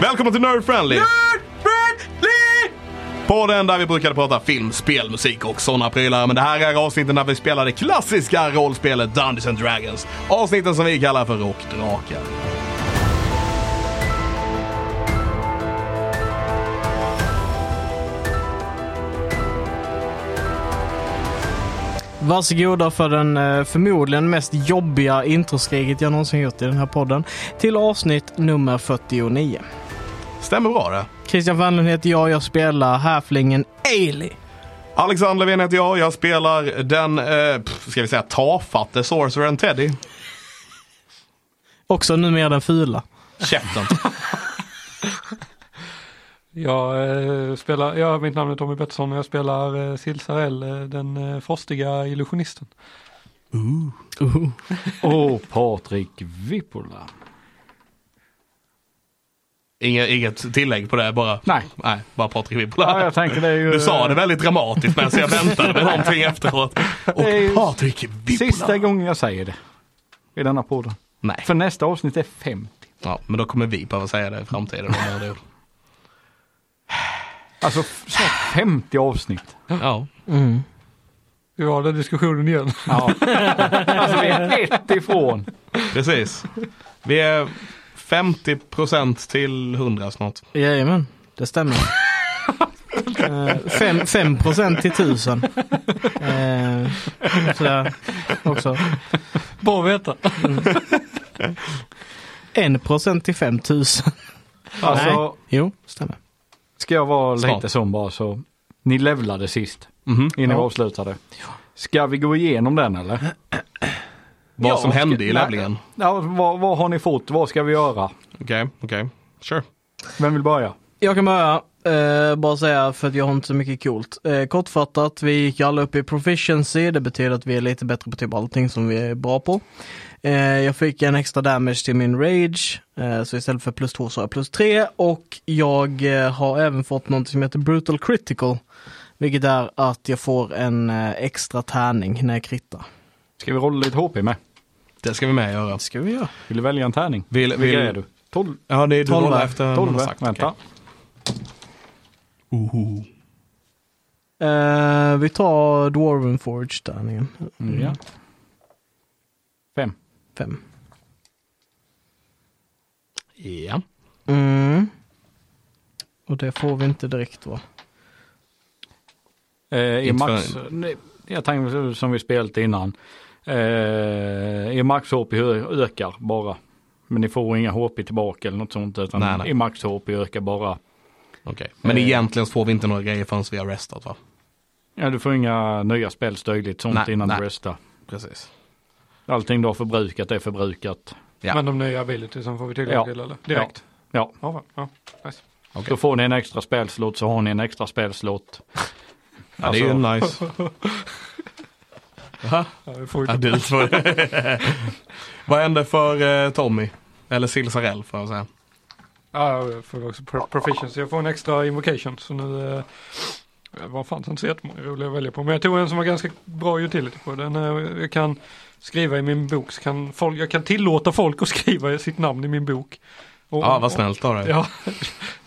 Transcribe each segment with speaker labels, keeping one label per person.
Speaker 1: Välkomna till Nerd Friendly! På den där vi brukade prata film, spel, musik och sådana prylar. Men det här är avsnitten där vi spelar det klassiska rollspelet Dungeons and Dragons. Avsnitten som vi kallar för Rockdrakar.
Speaker 2: Varsågoda för den eh, förmodligen mest jobbiga introskriget jag någonsin gjort i den här podden. Till avsnitt nummer 49.
Speaker 1: Stämmer bra det.
Speaker 2: Christian Wernlund heter jag, jag spelar häflingen Ailey.
Speaker 1: Alexander Levén heter jag, jag spelar den, eh, pff, ska vi säga tafatte sorcerern Teddy.
Speaker 2: Också numera den fula.
Speaker 1: Käften.
Speaker 3: Jag, eh, spelar, ja, mitt namn är Tommy Pettersson och jag spelar eh, Silsarell, eh, den eh, frostiga illusionisten.
Speaker 2: Uh.
Speaker 4: Och Patrik Vippula.
Speaker 1: Inge, inget tillägg på det, bara,
Speaker 4: Nej.
Speaker 1: nej, bara Patrik
Speaker 4: Ja,
Speaker 1: Vimpula.
Speaker 4: jag tänkte det är ju...
Speaker 1: Du sa det väldigt dramatiskt medan jag väntade med någonting efteråt. Och
Speaker 4: Det är ju
Speaker 1: Patrik Vimpula.
Speaker 4: Sista gången jag säger det. I denna podden.
Speaker 1: Nej,
Speaker 4: För nästa avsnitt är 50.
Speaker 1: ja, men då kommer vi behöva säga det i framtiden. om det är det.
Speaker 4: Alltså f- snart 50 avsnitt.
Speaker 1: Ja.
Speaker 2: Mm.
Speaker 3: Vi har den diskussionen igen.
Speaker 4: Ja. Alltså vi är ett ifrån.
Speaker 1: Precis. Vi är 50% till 100 snart.
Speaker 2: Jajamän, det stämmer. 5 procent till tusen. Eh, sådär också.
Speaker 3: Bra att veta.
Speaker 2: 1 procent till 5 tusen.
Speaker 4: Alltså,
Speaker 2: Jo, stämmer.
Speaker 4: ska jag vara
Speaker 1: Snart.
Speaker 4: lite sån bara så. Ni levlade sist
Speaker 1: Mhm.
Speaker 4: innan
Speaker 2: Ja.
Speaker 4: vi avslutade. Ska vi gå igenom den eller?
Speaker 1: Vad
Speaker 4: Ja,
Speaker 1: som hände i
Speaker 4: ska- nej.
Speaker 1: levlingen.
Speaker 4: Ja, vad, vad har ni fått? Vad ska vi göra?
Speaker 1: Okej, okej. Sure.
Speaker 4: Vem vill börja?
Speaker 2: Jag kan börja. Eh, bara säga för att jag har inte så mycket coolt. Eh, kortfattat, vi gick alla upp i proficiency. Det betyder att vi är lite bättre på typ allting som vi är bra på. Eh, jag fick en extra damage till min rage. Eh, så istället för plus 2 så har jag plus 3. Och jag eh, har även fått något som heter brutal critical. Vilket är att jag får en eh, extra tärning när jag krittar.
Speaker 4: Ska vi rolla lite HP med?
Speaker 1: Det ska vi med göra.
Speaker 2: ska vi göra.
Speaker 4: Vill du välja en tärning?
Speaker 1: Vill, vill...
Speaker 4: Vilka är du? 12?
Speaker 1: Ja, det är du
Speaker 2: Tolva.
Speaker 1: rollar efter man
Speaker 4: 12?
Speaker 1: har sagt.
Speaker 4: Vänta.
Speaker 1: Okej. Oho.
Speaker 2: Eh, vi tar Dwarven Forge-tärningen.
Speaker 4: Mm. Ja. Fem.
Speaker 2: 5.
Speaker 1: Ja.
Speaker 2: Mm. Och det får vi inte direkt va?
Speaker 4: Eh, I
Speaker 1: Inte
Speaker 4: max, nej, jag tänkte som vi spelat innan. Eh, I max HP ö- ökar bara. Men ni får inga HP tillbaka eller något sånt. Utan
Speaker 1: Nej, nej.
Speaker 4: I max HP ökar bara.
Speaker 1: Okej. Men
Speaker 4: Eh.
Speaker 1: egentligen så får vi inte några grejer förrän vi har restat va?
Speaker 4: Ja, du får inga nya spells dylikt sånt
Speaker 1: Nej,
Speaker 4: innan
Speaker 1: nej.
Speaker 4: du restar.
Speaker 1: Precis.
Speaker 4: Allting du har förbrukat är förbrukat.
Speaker 1: Ja.
Speaker 3: Men de nya abilitiesen får vi tillgång
Speaker 4: Ja.
Speaker 3: till eller? Direkt?
Speaker 4: Ja,
Speaker 3: Ja. va? ja. Nice.
Speaker 1: Okej.
Speaker 4: då får ni en extra spelslott så har ni en extra spelslott.
Speaker 1: Ja, det är ju nice. Jaha,
Speaker 3: Ja, vi får ju
Speaker 1: ja, du får Vad hände för eh, Tommy? Eller Silsarell får jag säga.
Speaker 3: Ja, jag får också pro- proficiency. Jag får en extra invocation. Så nu eh, det var fanns inte så jättemånga roliga att välja på. Men jag tog en som var ganska bra utility på den. eh, Jag kan skriva i min bok. Så kan folk, jag kan tillåta folk att skriva sitt namn i min bok. Och-
Speaker 1: Ja, vad snällt av dig.
Speaker 3: Ja,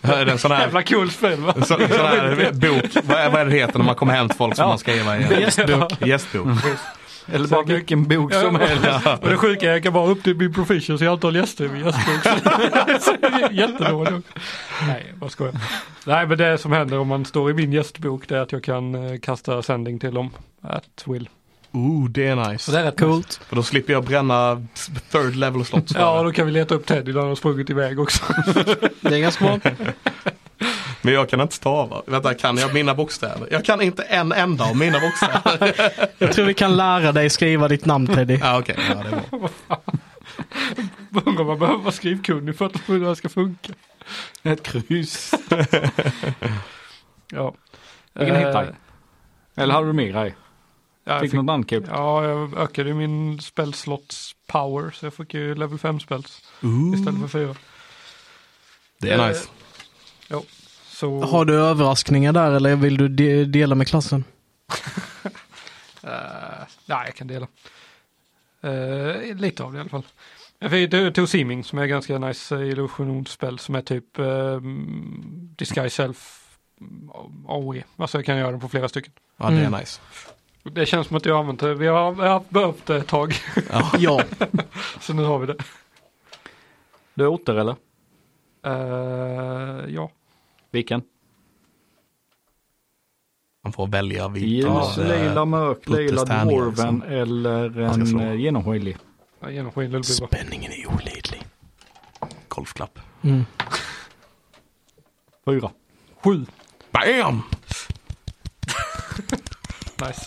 Speaker 1: Är det en sån här,
Speaker 3: jävla cool spel va?
Speaker 1: en sån, sån här bok, vad är, vad är det heter när man kommer hem till folk som man ska skriva i?
Speaker 3: Gästbok.
Speaker 1: Gästbok.
Speaker 4: Eller bara
Speaker 3: Säkert.
Speaker 4: vilken bok som
Speaker 3: Ja.
Speaker 4: helst.
Speaker 3: Och det sjuka är jag kan bara upp till min proficiency i antal gäster i min gästbok. Så det är Jättedåligt. Nej, vad skojar. Nej, men det som händer om man står i min gästbok det är att jag kan eh, kasta sending till dem. At will.
Speaker 1: Ooh, det är nice.
Speaker 3: det är rätt
Speaker 2: Coolt.
Speaker 1: För då slipper jag bränna third level slots.
Speaker 3: Ja, då kan vi leta upp Teddy när han har sprungit iväg också.
Speaker 2: Det är ganska bra.
Speaker 1: Men jag kan inte stava. Vänta, kan jag mina bokstäver? Jag kan inte en enda av mina bokstäver.
Speaker 2: Jag tror vi kan lära dig skriva ditt namn Teddy.
Speaker 1: Ja, Ah, okej. Ja, det är bra.
Speaker 3: Undrar om man behöver vara skrivkunnig för att det här ska funka.
Speaker 4: Ett kryss.
Speaker 3: Ja.
Speaker 4: Vilken
Speaker 3: Eh,
Speaker 4: hittar jag? Eller hade du med dig?
Speaker 3: ja, jag
Speaker 4: Fick
Speaker 3: fick-
Speaker 4: något annat kul?
Speaker 3: Ja, jag ökade ju min spellslots power så jag fick ju level 5 spells istället för 4.
Speaker 1: Det är nice.
Speaker 3: Så...
Speaker 2: Har du överraskningar där eller vill du de- dela med klassen?
Speaker 3: Eh, nej, jag kan dela. Eh, lite av det i alla fall. Jag fick to- to Seeming som är ganska nice eh, illusionsspel som är typ eh, Disguise Self mm, AOE. Alltså jag kan göra den på flera stycken.
Speaker 1: Ja, det är
Speaker 2: Mm.
Speaker 1: nice.
Speaker 3: Det känns som att jag har använt det. Vi har, vi har behövt det ett tag
Speaker 1: Ja.
Speaker 2: Ja,
Speaker 3: så nu har vi det.
Speaker 4: Du är åter eller?
Speaker 3: Eh, ja,
Speaker 4: Vilken?
Speaker 1: Man får välja
Speaker 4: Ljus,
Speaker 1: vilket...
Speaker 4: lila,
Speaker 1: eh,
Speaker 4: mörk, lila,
Speaker 1: puttestärningar,
Speaker 4: dwarven
Speaker 1: liksom.
Speaker 4: eller
Speaker 1: ska
Speaker 4: en
Speaker 1: slå.
Speaker 4: eh, genomskinlig.
Speaker 3: jag genomskinlig lullbubba.
Speaker 1: Spänningen är olidlig. Golfklapp.
Speaker 2: mm.
Speaker 4: Fyra.
Speaker 3: Sju,
Speaker 1: Bam!
Speaker 3: nice.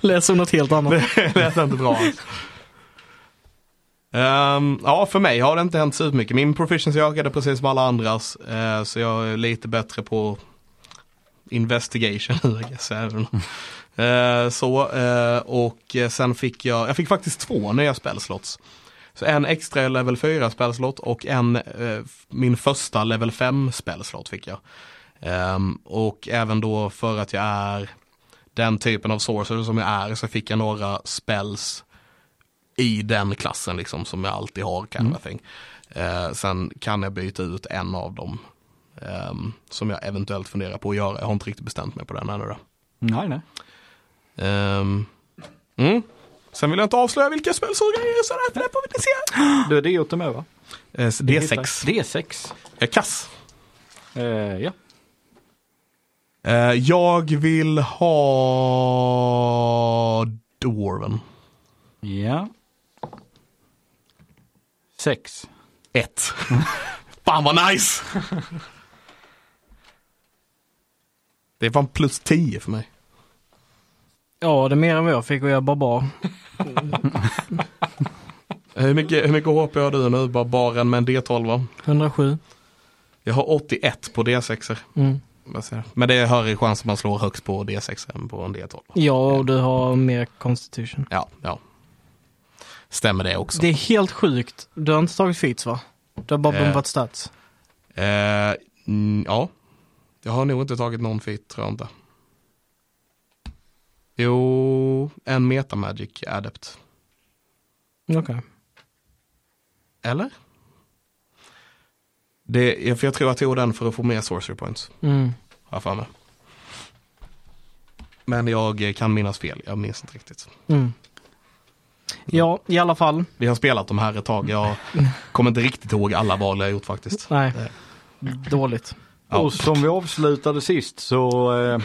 Speaker 2: lät som något helt annat.
Speaker 1: Det lät inte bra alls. Ehm, ja, för mig har det inte hänt så mycket. Min proficiency ökade precis som alla andras. eh, så jag är lite bättre på investigation nu, I guess, även. Eh, så, eh, och eh, sen fick jag, jag fick faktiskt två nya spellslots. Så en extra level 4 spellslott och en, eh, f- min första level 5 spellslott fick jag. Ehm, och även då för att jag är den typen av sorcerer som jag är så fick jag några spells i den klassen liksom som jag alltid har. Kind of a thing. Eh, sen kan jag byta ut en av dem ehm, som jag eventuellt funderar på att göra. Jag har inte riktigt bestämt mig på den ännu. Då.
Speaker 4: Nej, nej.
Speaker 1: Ehm, mm. Sen vill jag inte avslöja vilka spelsorgrejer så det här får vi se.
Speaker 4: Du är det åter med va?
Speaker 1: Eh, så D6.
Speaker 4: D6.
Speaker 1: Jag är kass.
Speaker 4: Eh, ja.
Speaker 1: Eh, jag vill ha Dwarven.
Speaker 4: Ja. Sex.
Speaker 1: Ett. Fan vad nice! Det var en plus 10 för mig.
Speaker 2: Ja, det är mer än vad jag fick och jag är barbar.
Speaker 1: Hur mycket, hur mycket HP har du nu, bara baren med en D12? va?
Speaker 2: 107.
Speaker 1: Jag har 81 på D6.
Speaker 2: Mm.
Speaker 1: Men det är högre chans att man slår högst på D6 än på en D12.
Speaker 2: Ja, och du har mer constitution.
Speaker 1: Ja, ja. Stämmer det också.
Speaker 2: Det är helt sjukt. Du har inte tagit fits va? Du har bara
Speaker 1: Eh.
Speaker 2: bombat stats.
Speaker 1: Eh, mm, ja, jag har nog inte tagit någon fit tror jag inte. Jo, en metamagic adept.
Speaker 2: Okej.
Speaker 1: Eller? Det, för jag tror jag tog den för att få mer sorcery points.
Speaker 2: Mm.
Speaker 1: Har jag för mig. Men jag kan minnas fel, jag minns inte riktigt.
Speaker 2: Mm. Ja, i alla fall.
Speaker 1: Vi har spelat de här ett tag, jag kommer inte riktigt ihåg alla val jag gjort faktiskt.
Speaker 2: Nej,
Speaker 1: Eh,
Speaker 2: dåligt.
Speaker 1: Ja.
Speaker 4: Och som vi avslutade sist så eh,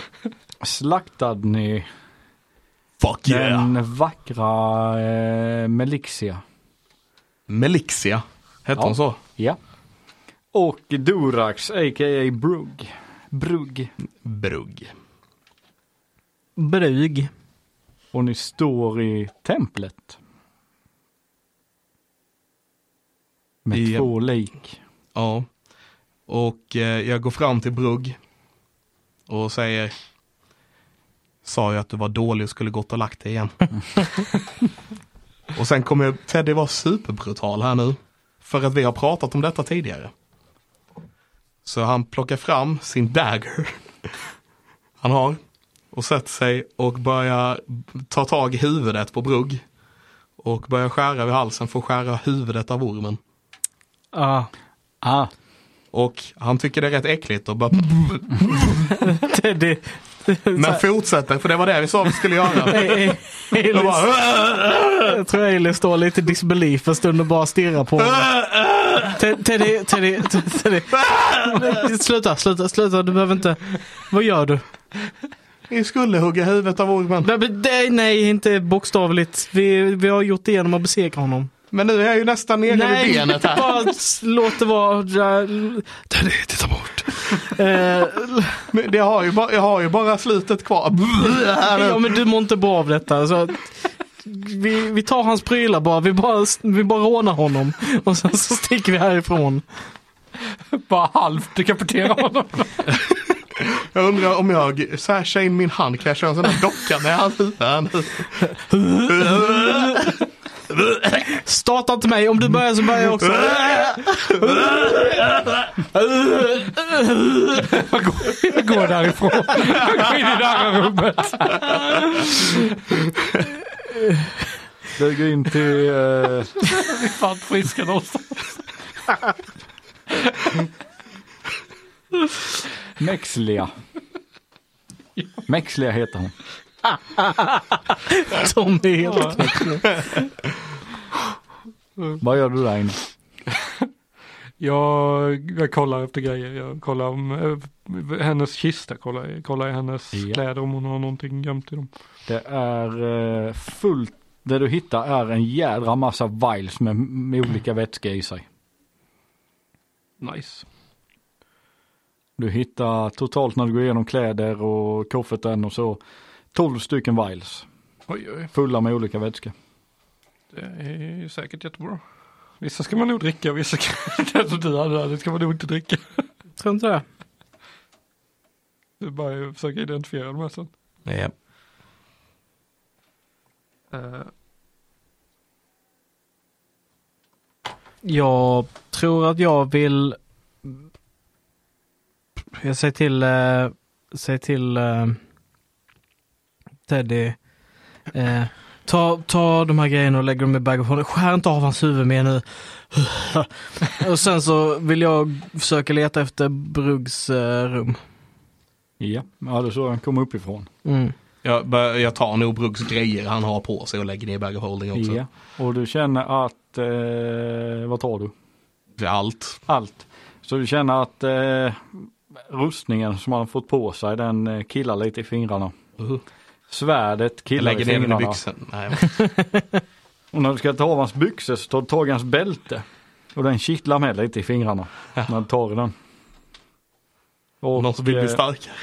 Speaker 4: slaktade ni
Speaker 1: Fuck yeah!
Speaker 4: den vackra eh, Melixia.
Speaker 1: Melixia, hette
Speaker 4: Ja.
Speaker 1: hon så?
Speaker 4: Ja. Och Durax, a.k.a. Brugg. Brugg.
Speaker 1: Brugg.
Speaker 2: Brug.
Speaker 4: Och ni står i templet. Med
Speaker 1: Ja.
Speaker 4: två lik.
Speaker 1: Ja. Och eh, jag går fram till Brugg och säger Sa jag att du var dålig och skulle gått och lagt dig igen. och sen kommer jag, Teddy var superbrutal här nu. För att vi har pratat om detta tidigare. Så han plockar fram sin dagger. Han har. Och sätter sig och börjar ta tag i huvudet på Brugg. Och börjar skära vid halsen för att skära huvudet av ormen.
Speaker 2: Ah.
Speaker 4: Ah,
Speaker 1: Och han tycker det är rätt äckligt och bara
Speaker 2: Det, det,
Speaker 1: Men fortsätter, för det var det vi sa vi skulle göra.
Speaker 2: Ey, ey,
Speaker 1: Jag bara,
Speaker 2: Ailey- Jag tror Ailey står lite i disbelief en stund och bara stirrar på honom. Te- Teddy, Teddy, Te- Teddy. Nej, Sluta, sluta, sluta. Du behöver inte. Vad gör du?
Speaker 1: vi skulle hugga huvudet av ormen.
Speaker 2: Nej, men det- Nej, inte bokstavligt. Vi, vi har gjort det genom att besegra honom.
Speaker 1: Men nu är jag ju nästan nere vid
Speaker 2: Nej,
Speaker 1: benet här.
Speaker 2: bara s- låt det vara. Teddy, titta bort. Eh,
Speaker 1: Men det har ju bara, jag har ju bara slutet kvar.
Speaker 2: Ja men du mår inte bra av detta. Så att vi, vi tar hans prylar bara. Vi, bara. vi bara rånar honom. Och sen så sticker vi härifrån.
Speaker 3: Bara halvt dekapitera honom.
Speaker 1: Jag undrar om jag sashar in min hand, kan jag köra en sån där docka med hans huvud här nu?
Speaker 2: Starta inte mig. Om du börjar så börjar jag också.
Speaker 3: Jag går, jag går därifrån. Jag går in i det andra rummet.
Speaker 4: Flyger in till... Eh,
Speaker 3: Fan friska någonstans.
Speaker 4: Mexlia. Mexlia heter hon.
Speaker 2: Som är helt knäckt nu.
Speaker 4: Vad gör du där inne?
Speaker 3: Jag, jag kollar efter grejer. Jag kollar om eh, hennes kista, kollar, kollar i hennes
Speaker 4: Ja.
Speaker 3: kläder om hon har någonting gömt i dem.
Speaker 4: Det är eh, fullt. Det du hittar är en jädra massa vials med, med olika vätska i sig.
Speaker 3: Nice.
Speaker 4: Du hittar totalt när du går igenom kläder och kofferten och så 12 stycken vials
Speaker 3: Oj, oj,
Speaker 4: fulla med olika vätska.
Speaker 3: det är ju säkert jättebra. Vissa ska man nog dricka, vissa kan, det som du hade där, det ska man nog inte dricka.
Speaker 2: Tror inte det.
Speaker 3: Det är bara att försöka identifiera de här sen.
Speaker 1: Ja.
Speaker 3: Eh,
Speaker 2: Jag tror att jag vill... Jag säger till, eh, säger till eh, Teddy. Eh, ta, ta de här grejerna och lägg dem i bag of holding. Skär inte av hans huvud mer nu. och sen så vill jag försöka leta efter Bruggs eh, rum.
Speaker 4: Ja, ja det är så han kommer uppifrån.
Speaker 2: Mm.
Speaker 1: Jag, bör- jag tar nog Bruggs grejer han har på sig och lägger ner i bag of holding också.
Speaker 4: Ja. Och du känner att, eh, vad tar du?
Speaker 1: Det är Allt.
Speaker 4: Allt. Så du känner att eh, rustningen som han fått på sig den eh, killar lite i fingrarna.
Speaker 1: Uh.
Speaker 4: Svärdet
Speaker 1: Jag
Speaker 4: killar i
Speaker 1: lägger ner den i
Speaker 4: fingrarna.
Speaker 1: byxan. Nej, jag-
Speaker 4: Och när du ska ta av hans byxor så tar du tag i hans bälte. Och den kittlar med lite i fingrarna när du tar i den. Och,
Speaker 1: Någon som vill bli
Speaker 4: eh,
Speaker 1: starkare.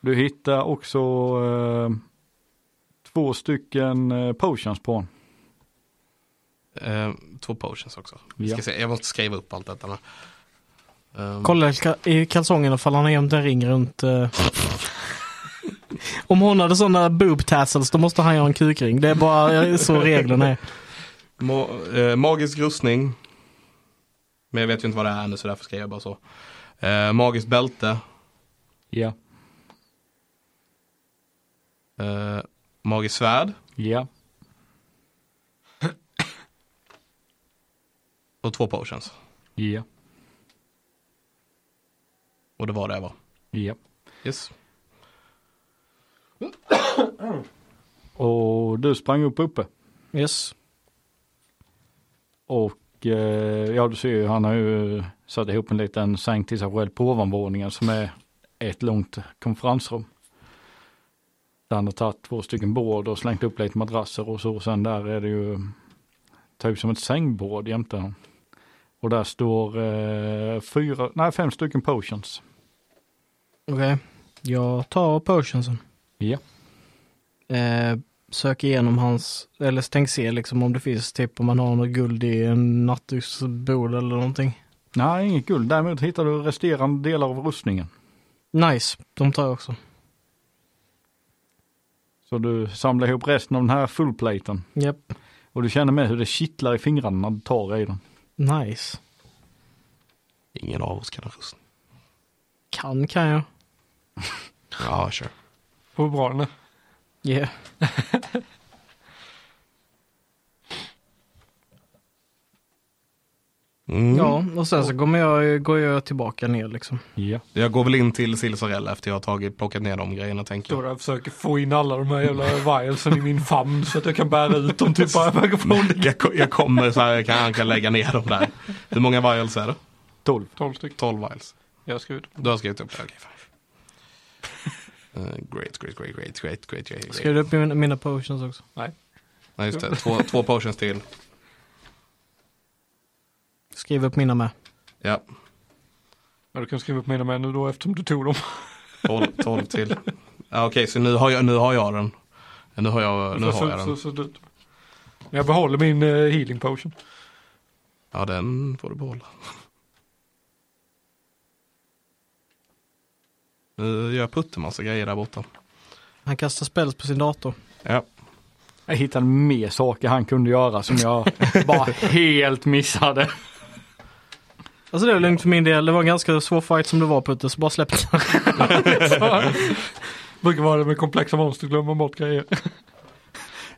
Speaker 4: Du hittar också eh, två stycken eh, potions på honom.
Speaker 1: Eh, två potions också. Vi
Speaker 4: Ja.
Speaker 1: Ska se. Jag måste skriva upp allt detta. nu. Ehm,
Speaker 2: Mm. Kolla i ka- i kalsongerna ifall han har gömt en ring runt. Eh. Om hon hade sådana boob tassels då måste han göra en kukring. Det är bara eh, så reglerna är.
Speaker 1: Ma- eh, magisk rustning. Men jag vet ju inte vad det är nu så därför skriver jag bara så. Eh, magiskt bälte.
Speaker 4: Ja.
Speaker 1: Eh, magiskt svärd.
Speaker 4: Ja.
Speaker 1: Och två potions.
Speaker 4: Ja.
Speaker 1: Och det var det jag var.
Speaker 4: Ja.
Speaker 1: Yes.
Speaker 4: Och du sprang upp uppe.
Speaker 2: Yes.
Speaker 4: Och eh, ja du ser ju han har ju satt ihop en liten säng till sig själv på ovanvåningen som är ett långt konferensrum. Där han har tagit två stycken bord och slängt upp lite madrasser och så. Och sen där är det ju typ som ett sängbord jämte honom. Och där står eh, fyra, nej fem stycken potions.
Speaker 2: Okej. Jag tar potionsen.
Speaker 4: Ja.
Speaker 2: Eh, sök igenom hans, eller tänk se liksom om det finns typ om man har något guld i en nattduksbod eller någonting.
Speaker 4: Nej, inget guld. Däremot hittar du resterande delar av rustningen.
Speaker 2: Nice, de tar jag också.
Speaker 4: Så du samlar ihop resten av den här fullplaten.
Speaker 2: Japp.
Speaker 4: Och du känner med hur det kittlar i fingrarna när du tar i den.
Speaker 2: Nice.
Speaker 1: Ingen av oss kan ha rustning.
Speaker 2: Kan kan jag.
Speaker 1: Ja, kör.
Speaker 3: Vad bra den är.
Speaker 2: Yeah.
Speaker 1: Mm.
Speaker 2: Ja, och sen så kommer jag, går jag tillbaka ner liksom.
Speaker 4: Ja.
Speaker 1: Jag går väl in till Silsarell efter jag har tagit, plockat ner de grejerna tänker
Speaker 3: Står
Speaker 1: jag.
Speaker 3: där och försöker få in alla de här jävla vialsen i min famn så att jag kan bära ut dem till bara megafoning.
Speaker 1: Jag, ko- jag kommer så här, jag kan, kan lägga ner dem där. Hur många vials är det?
Speaker 4: 12.
Speaker 3: 12 stycken.
Speaker 1: 12 vials.
Speaker 3: Jag har skrivit.
Speaker 1: Du har skrivit upp det, okej. Okay, great, great, great, great, great, great, great.
Speaker 2: Skrev du upp mina, mina potions också?
Speaker 3: Nej.
Speaker 1: Nej, just det. Två, två potions till.
Speaker 2: Skriv upp mina med.
Speaker 1: Ja,
Speaker 3: Ja, du kan skriva upp mina med nu då eftersom du tog dem.
Speaker 1: 12, 12 till. Ja, okej, så nu har, jag, nu har jag den. Nu har jag, nu
Speaker 3: så,
Speaker 1: har jag
Speaker 3: så,
Speaker 1: den.
Speaker 3: så, du- jag behåller min eh, healing potion.
Speaker 1: Ja, den får du behålla. Nu gör Putte massa grejer där borta.
Speaker 2: Han kastar spells på sin dator.
Speaker 1: Ja.
Speaker 4: Jag hittade mer saker han kunde göra som jag bara helt missade.
Speaker 2: Alltså det var lugnt för min del. Det var en ganska svår fight som det var Putte, så bara släppte jag.
Speaker 3: Brukar vara det med komplexa monster, glömmer bort grejer.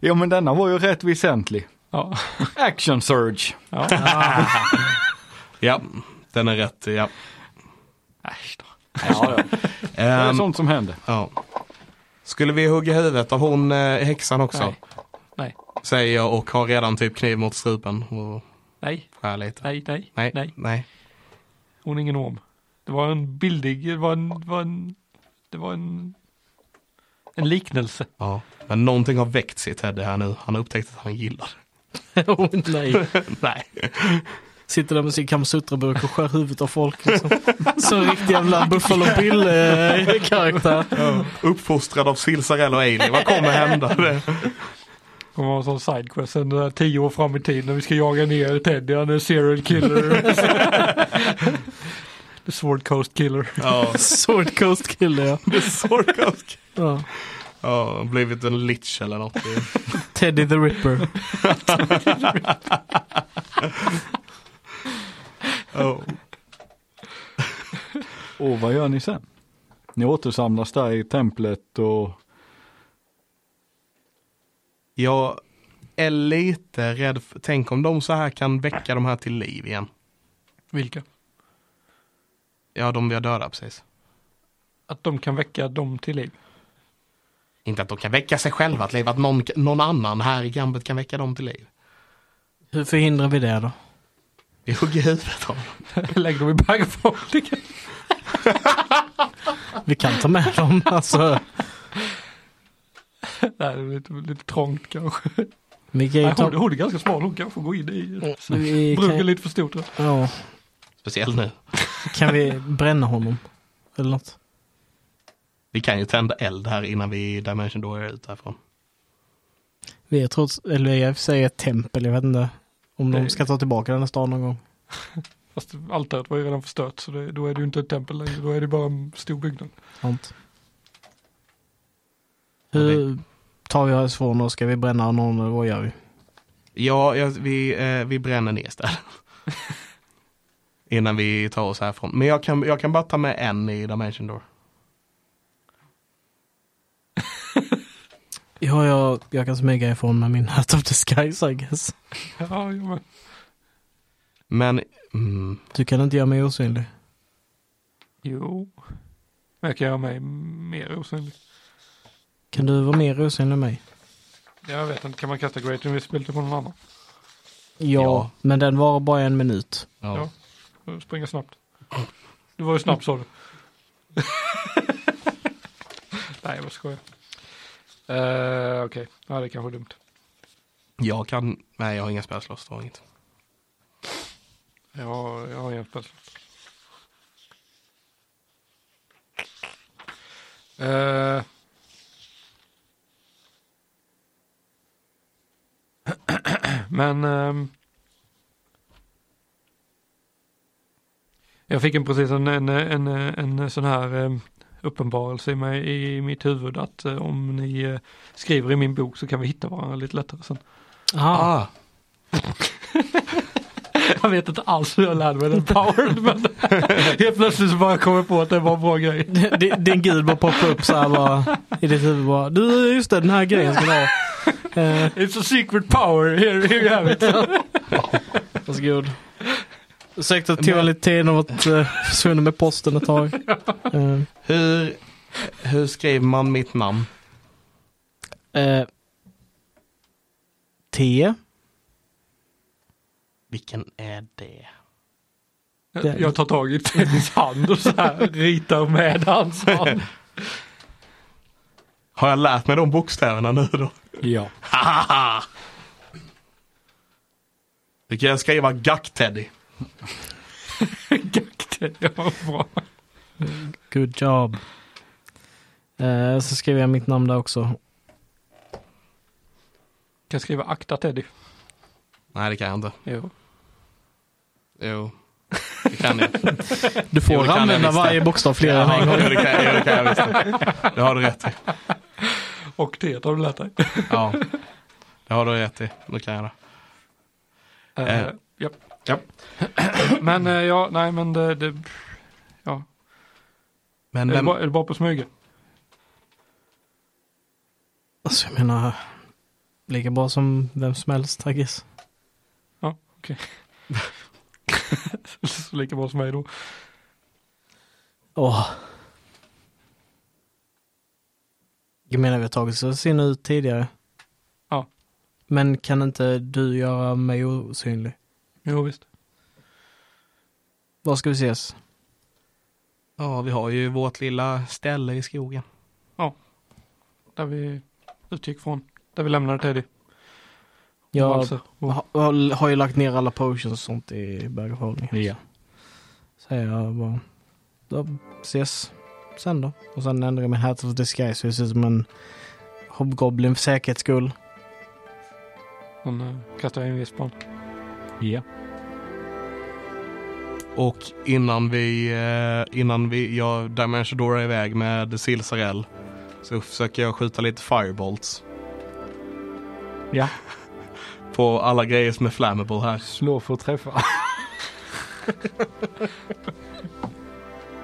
Speaker 4: Jo men denna var ju rätt väsentlig.
Speaker 3: Ja.
Speaker 4: Action Surge.
Speaker 3: Ja.
Speaker 1: Ja, den är rätt. Ja.
Speaker 4: Äsch då. Ja, ja. Det är
Speaker 1: Ehm,
Speaker 4: sånt som händer.
Speaker 1: ja. Skulle vi hugga huvudet av hon, eh, häxan också?
Speaker 3: Nej. Nej.
Speaker 1: Säger jag och har redan typ kniv mot strupen och
Speaker 3: Nej,
Speaker 1: skär lite.
Speaker 3: nej, nej,
Speaker 1: Nej.
Speaker 3: nej.
Speaker 1: Nej.
Speaker 3: Hon är ingen orm. Det var en bildig, det var en, det var en, det var en, en liknelse.
Speaker 1: Ja. Men någonting har väckt sitt Teddy här nu. Han har upptäckt att han gillar
Speaker 2: oh, nej.
Speaker 1: det. Nej.
Speaker 2: Sitter där med sin kamsutraburk och skär huvudet av folk. Liksom. Så riktig jävla Buffalo Bill-karaktär.
Speaker 1: Uppfostrad av Silsarell och Ailey. Vad kommer hända? Det-
Speaker 3: kommer vara en sån sidequest sen där tio år fram i tiden när vi ska jaga ner Teddy, han är serial killer. The Sword Coast Killer.
Speaker 1: Ja.
Speaker 2: Sword Coast-kille ja.
Speaker 1: Det är sorgkast.
Speaker 2: ja.
Speaker 1: Ja, blivit en lich eller något. Det är-
Speaker 2: Teddy the Ripper.
Speaker 1: Ja.
Speaker 4: Och vad gör ni sen? Ni återsamlas där i templet och
Speaker 1: Jag är lite rädd. För, tänk om de så här kan väcka de här till liv igen.
Speaker 3: Vilka?
Speaker 1: Ja, de vi har dödat precis.
Speaker 3: Att de kan väcka dem till liv.
Speaker 1: Inte att de kan väcka sig själva till liv, att någon, någon annan här i Gambit kan väcka dem till liv.
Speaker 2: Hur förhindrar vi det då?
Speaker 1: Vi hugger huvudet av dem.
Speaker 3: Lägg dem i baggfolket.
Speaker 2: Vi kan ta med dem alltså.
Speaker 3: Nej, det är lite, lite trångt kanske.
Speaker 2: Vi kan ju
Speaker 3: Nej,
Speaker 2: ta...
Speaker 3: hon, hon är Mm, ganska smal, hon kanske går in i.
Speaker 2: Vi
Speaker 3: Bruggen är
Speaker 2: kan...
Speaker 3: lite för stor tror jag.
Speaker 2: Ja.
Speaker 1: Speciellt nu.
Speaker 2: kan vi bränna honom? Eller något?
Speaker 1: Vi kan ju tända eld här innan vi Dimension Door är ut härifrån.
Speaker 2: Vi är trots, eller jag säger ett tempel, jag vet inte. Om de
Speaker 3: Det-
Speaker 2: ska ta tillbaka den här stan någon gång.
Speaker 3: Fast altaret var ju redan förstört så det, då är det ju inte ett tempel längre, då är det bara en stor byggnad.
Speaker 2: Sant.
Speaker 1: Ja, det-
Speaker 2: Hur tar vi oss ifrån och ska vi bränna någon eller vad gör vi?
Speaker 1: Ja, ja vi, eh, vi bränner ner stället. innan vi tar oss härifrån. Men jag kan, jag kan bara ta med en i Dimension Door.
Speaker 2: Ja, jag, jag kan smyga ifrån med min Heart of the Skies I guess.
Speaker 3: Ja, jag med.
Speaker 1: Men, mm,
Speaker 2: Du kan inte göra mig osynlig.
Speaker 3: Jo. Men jag kan göra mig mer osynlig.
Speaker 2: Kan du vara mer osynlig än mig?
Speaker 3: Jag vet inte, kan man kasta Great Invisibility på någon annan?
Speaker 2: Ja,
Speaker 1: Ja.
Speaker 2: men den var bara en minut.
Speaker 1: ja.
Speaker 3: Ja. Och Springa snabbt. Du var ju snabb sa du. Nej, jag bara skojar. Uh, Okej, ja, det är kanske är dumt.
Speaker 1: Jag kan, nej jag har inga spärrslås, det har jag inget.
Speaker 3: Jag har, jag har hjälpt alltså. Eh. Men ehm, jag fick en precis en, en, en, en sån här ehm, uppenbarelse i, mig, i mitt huvud att eh, om ni eh, skriver i min bok så kan vi hitta varandra lite lättare sen.
Speaker 2: Ah.
Speaker 1: Ah,
Speaker 3: Jag vet inte alls hur jag lärde mig den powern men helt plötsligt så bara kom jag på att det var en bra grej.
Speaker 2: Din, din gud bara poppar upp så här bara i ditt huvud bara. Du, just det, den här grejen ska du ha. Eh,
Speaker 3: It's a secret power, here, here you have it.
Speaker 2: varsågod. Ursäkta, det tog lite tid. De var försvunna eh, med posten ett tag. Eh,
Speaker 1: hur, hur skriver man mitt namn?
Speaker 2: Eh, T.
Speaker 1: Vilken är det?
Speaker 2: Den.
Speaker 3: Jag tar tag i Teddys hand och så här ritar med hans hand.
Speaker 1: Har jag lärt mig de bokstäverna nu då?
Speaker 4: ja.
Speaker 1: Hahaha! Då kan jag skriva Gack-Teddy.
Speaker 3: Gack Teddy, ja, vad bra.
Speaker 2: Good job. Eh, så skriver jag mitt namn där också.
Speaker 3: Kan jag skriva akta Teddy?
Speaker 1: Nej det kan jag inte.
Speaker 3: Jo.
Speaker 1: Jo. Det kan jag.
Speaker 2: Du
Speaker 1: Jo,
Speaker 2: får
Speaker 1: det kan jag
Speaker 2: använda
Speaker 1: visst.
Speaker 2: varje bokstav fler än en
Speaker 1: jo,
Speaker 2: gång.
Speaker 1: det kan jag, jo, det kan jag visst. Det har du rätt i.
Speaker 3: Och T har du lärt dig.
Speaker 1: Ja. Det har du rätt i. Det kan jag det.
Speaker 3: Eh,
Speaker 1: Eh.
Speaker 3: ja.
Speaker 1: Ja.
Speaker 3: Men eh, ja, nej men det, det ja.
Speaker 1: Men
Speaker 3: Är, det
Speaker 1: vem,
Speaker 3: bara, är det bara på smyga?
Speaker 2: Alltså jag menar, Lika bra som vem som helst, I guess.
Speaker 3: Så Lika bra som mig då.
Speaker 2: Åh. Jag menar, vi har tagit Sassin ut tidigare.
Speaker 3: Ja.
Speaker 2: Men kan inte du göra mig osynlig?
Speaker 3: Jo visst.
Speaker 2: Var ska vi ses?
Speaker 1: Ja, vi har ju vårt lilla ställe i skogen.
Speaker 3: Där vi utgick från. Där vi lämnade Teddy. Alltså,
Speaker 2: Jag
Speaker 3: Valser.
Speaker 2: ha, har- har ju lagt ner alla potions och sånt i bergförhållningen.
Speaker 4: Ja.
Speaker 2: Säger jag bara. Då ses sen då. Och sen ändrar jag min Hats of Disguise så jag ser ut som en hobgoblin för säkerhets skull.
Speaker 3: Hon eh, kastade en viss barn.
Speaker 4: Ja.
Speaker 1: Och innan vi, eh, innan vi, jag Dimension Dora iväg med Silsarell så försöker jag skjuta lite firebolts.
Speaker 4: Ja.
Speaker 1: På alla grejer som är flammable här.
Speaker 4: Slå för att träffa.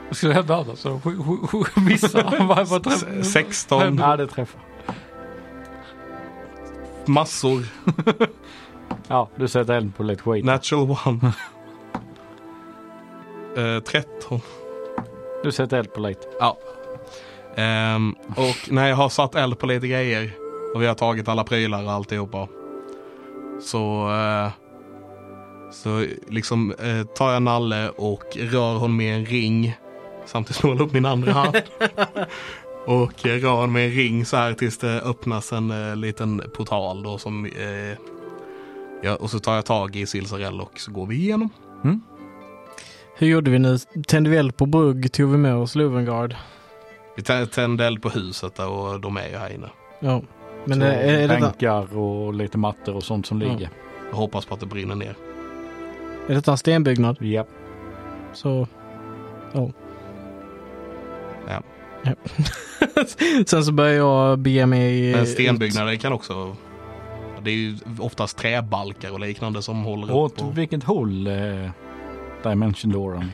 Speaker 3: Jag skulle hävda annars. så hu- hu- hu- Missar han varje
Speaker 1: Se-
Speaker 3: träff.
Speaker 1: 16
Speaker 4: ja, det träffar.
Speaker 1: massor,
Speaker 4: Ja, du sätter eld på lite skit.
Speaker 1: natural one. Eh, 13.
Speaker 4: Du sätter eld på lite.
Speaker 1: Ehm, och när jag har satt eld på lite grejer och vi har tagit alla prylar och alltihopa. Så, eh, så liksom eh, tar jag Nalle och rör honom med en ring. Samtidigt som jag håller upp min andra hand. och eh, rör honom med en ring så här tills det öppnas en eh, liten portal då som eh, ja, och så tar jag tag i Silsarell och så går vi igenom.
Speaker 2: Hur gjorde vi nu? Tände vi eld på Brugg? Tog vi med oss Lovengard?
Speaker 1: Vi tä- tänder eld på huset där och de är ju här inne.
Speaker 2: Ja. Men
Speaker 4: Så
Speaker 2: är, är, Mm. detta,
Speaker 4: Bänkar och lite mattor och sånt som
Speaker 2: Ja.
Speaker 4: ligger.
Speaker 1: Jag hoppas på att det brinner ner.
Speaker 2: är detta en stenbyggnad?
Speaker 4: Ja.
Speaker 2: Så... Ja.
Speaker 1: Ja.
Speaker 2: Ja. Sen så börjar jag bege mig...
Speaker 1: Men stenbyggnader kan också... Det är ju oftast träbalkar och liknande som håller
Speaker 4: Åt
Speaker 1: upp. Och,
Speaker 4: vilket håll eh, Dimension Doran?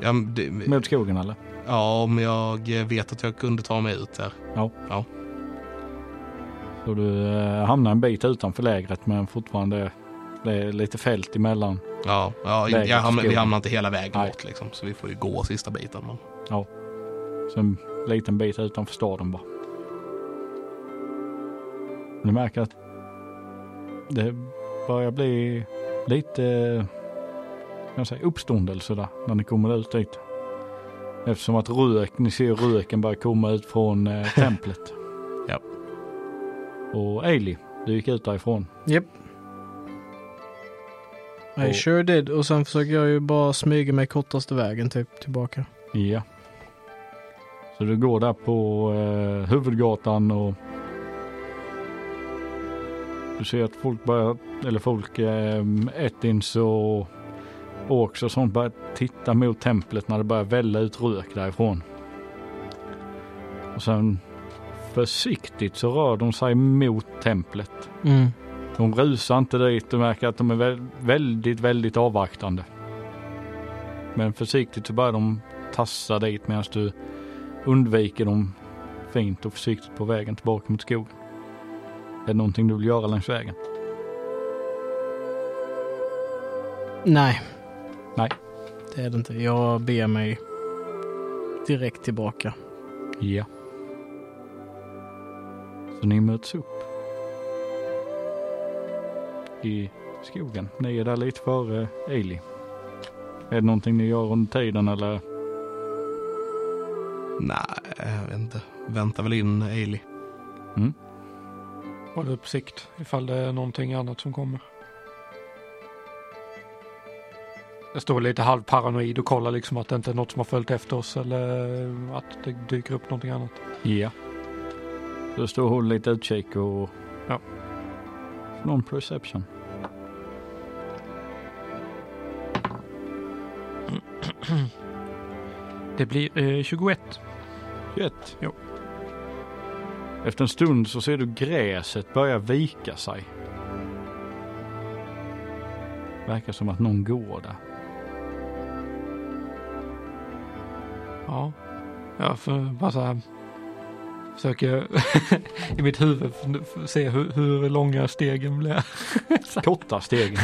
Speaker 1: ja, men det,
Speaker 4: Mot skogen eller?
Speaker 1: ja, om jag vet att jag kunde ta mig ut där.
Speaker 4: Så du eh, hamnar en bit utanför lägret men fortfarande det är lite fält emellan.
Speaker 1: Ja, ja
Speaker 4: Läget
Speaker 1: jag hamnar, vi
Speaker 4: skogen.
Speaker 1: hamnar inte hela vägen
Speaker 4: Nej.
Speaker 1: bort liksom. Så vi får ju gå sista biten. Men,
Speaker 4: Så en liten bit utanför staden bara. Du märker att det börjar bli lite eh, kan jag säga, uppståndelse där när ni kommer ut dit. Eftersom att rök, ni ser röken börjar komma ut från eh, templet.
Speaker 1: Ja.
Speaker 4: Och Ailey, du gick ut därifrån.
Speaker 2: Japp. I
Speaker 1: Och-
Speaker 2: sure did. Och sen försöker jag ju bara smyga mig kortaste vägen typ tillbaka.
Speaker 4: Ja. Så du går där på eh, huvudgatan och du ser att folk börjar, eller folk, eh, ettins och orks och sånt börjar titta mot templet när det börjar välla ut rök därifrån. Och sen försiktigt så rör de sig mot templet.
Speaker 2: Mm.
Speaker 4: De rusar inte dit. Du märker att de är vä- väldigt, väldigt avvaktande. Men försiktigt så börjar de tassa dit medan du undviker dem fint och försiktigt på vägen tillbaka mot skogen. Är det någonting du vill göra längs vägen?
Speaker 2: Nej.
Speaker 4: Nej.
Speaker 2: Det är det inte. Jag beger mig direkt tillbaka.
Speaker 4: Ja. Så ni möts upp. I skogen. Ni är där lite före Eli. Är det någonting ni gör under tiden eller?
Speaker 1: nej, jag vet inte. Väntar väl in Ailey.
Speaker 3: Håll uppsikt ifall det är någonting annat som kommer. Jag står lite halvparanoid och kollar liksom att det inte är något som har följt efter oss eller eh, att det dyker upp någonting annat.
Speaker 4: Ja. Du står och håller lite utkik och...
Speaker 3: Ja.
Speaker 4: Någon perception.
Speaker 3: Det blir eh, 21.
Speaker 4: 21.
Speaker 3: Jo.
Speaker 4: Efter en stund så ser du gräset börja vika sig. Verkar som att någon går där.
Speaker 3: Ja. Ja, för bara så här. Försöker i mitt huvud fun- f- se hur, hur långa stegen blir.
Speaker 4: Korta steg.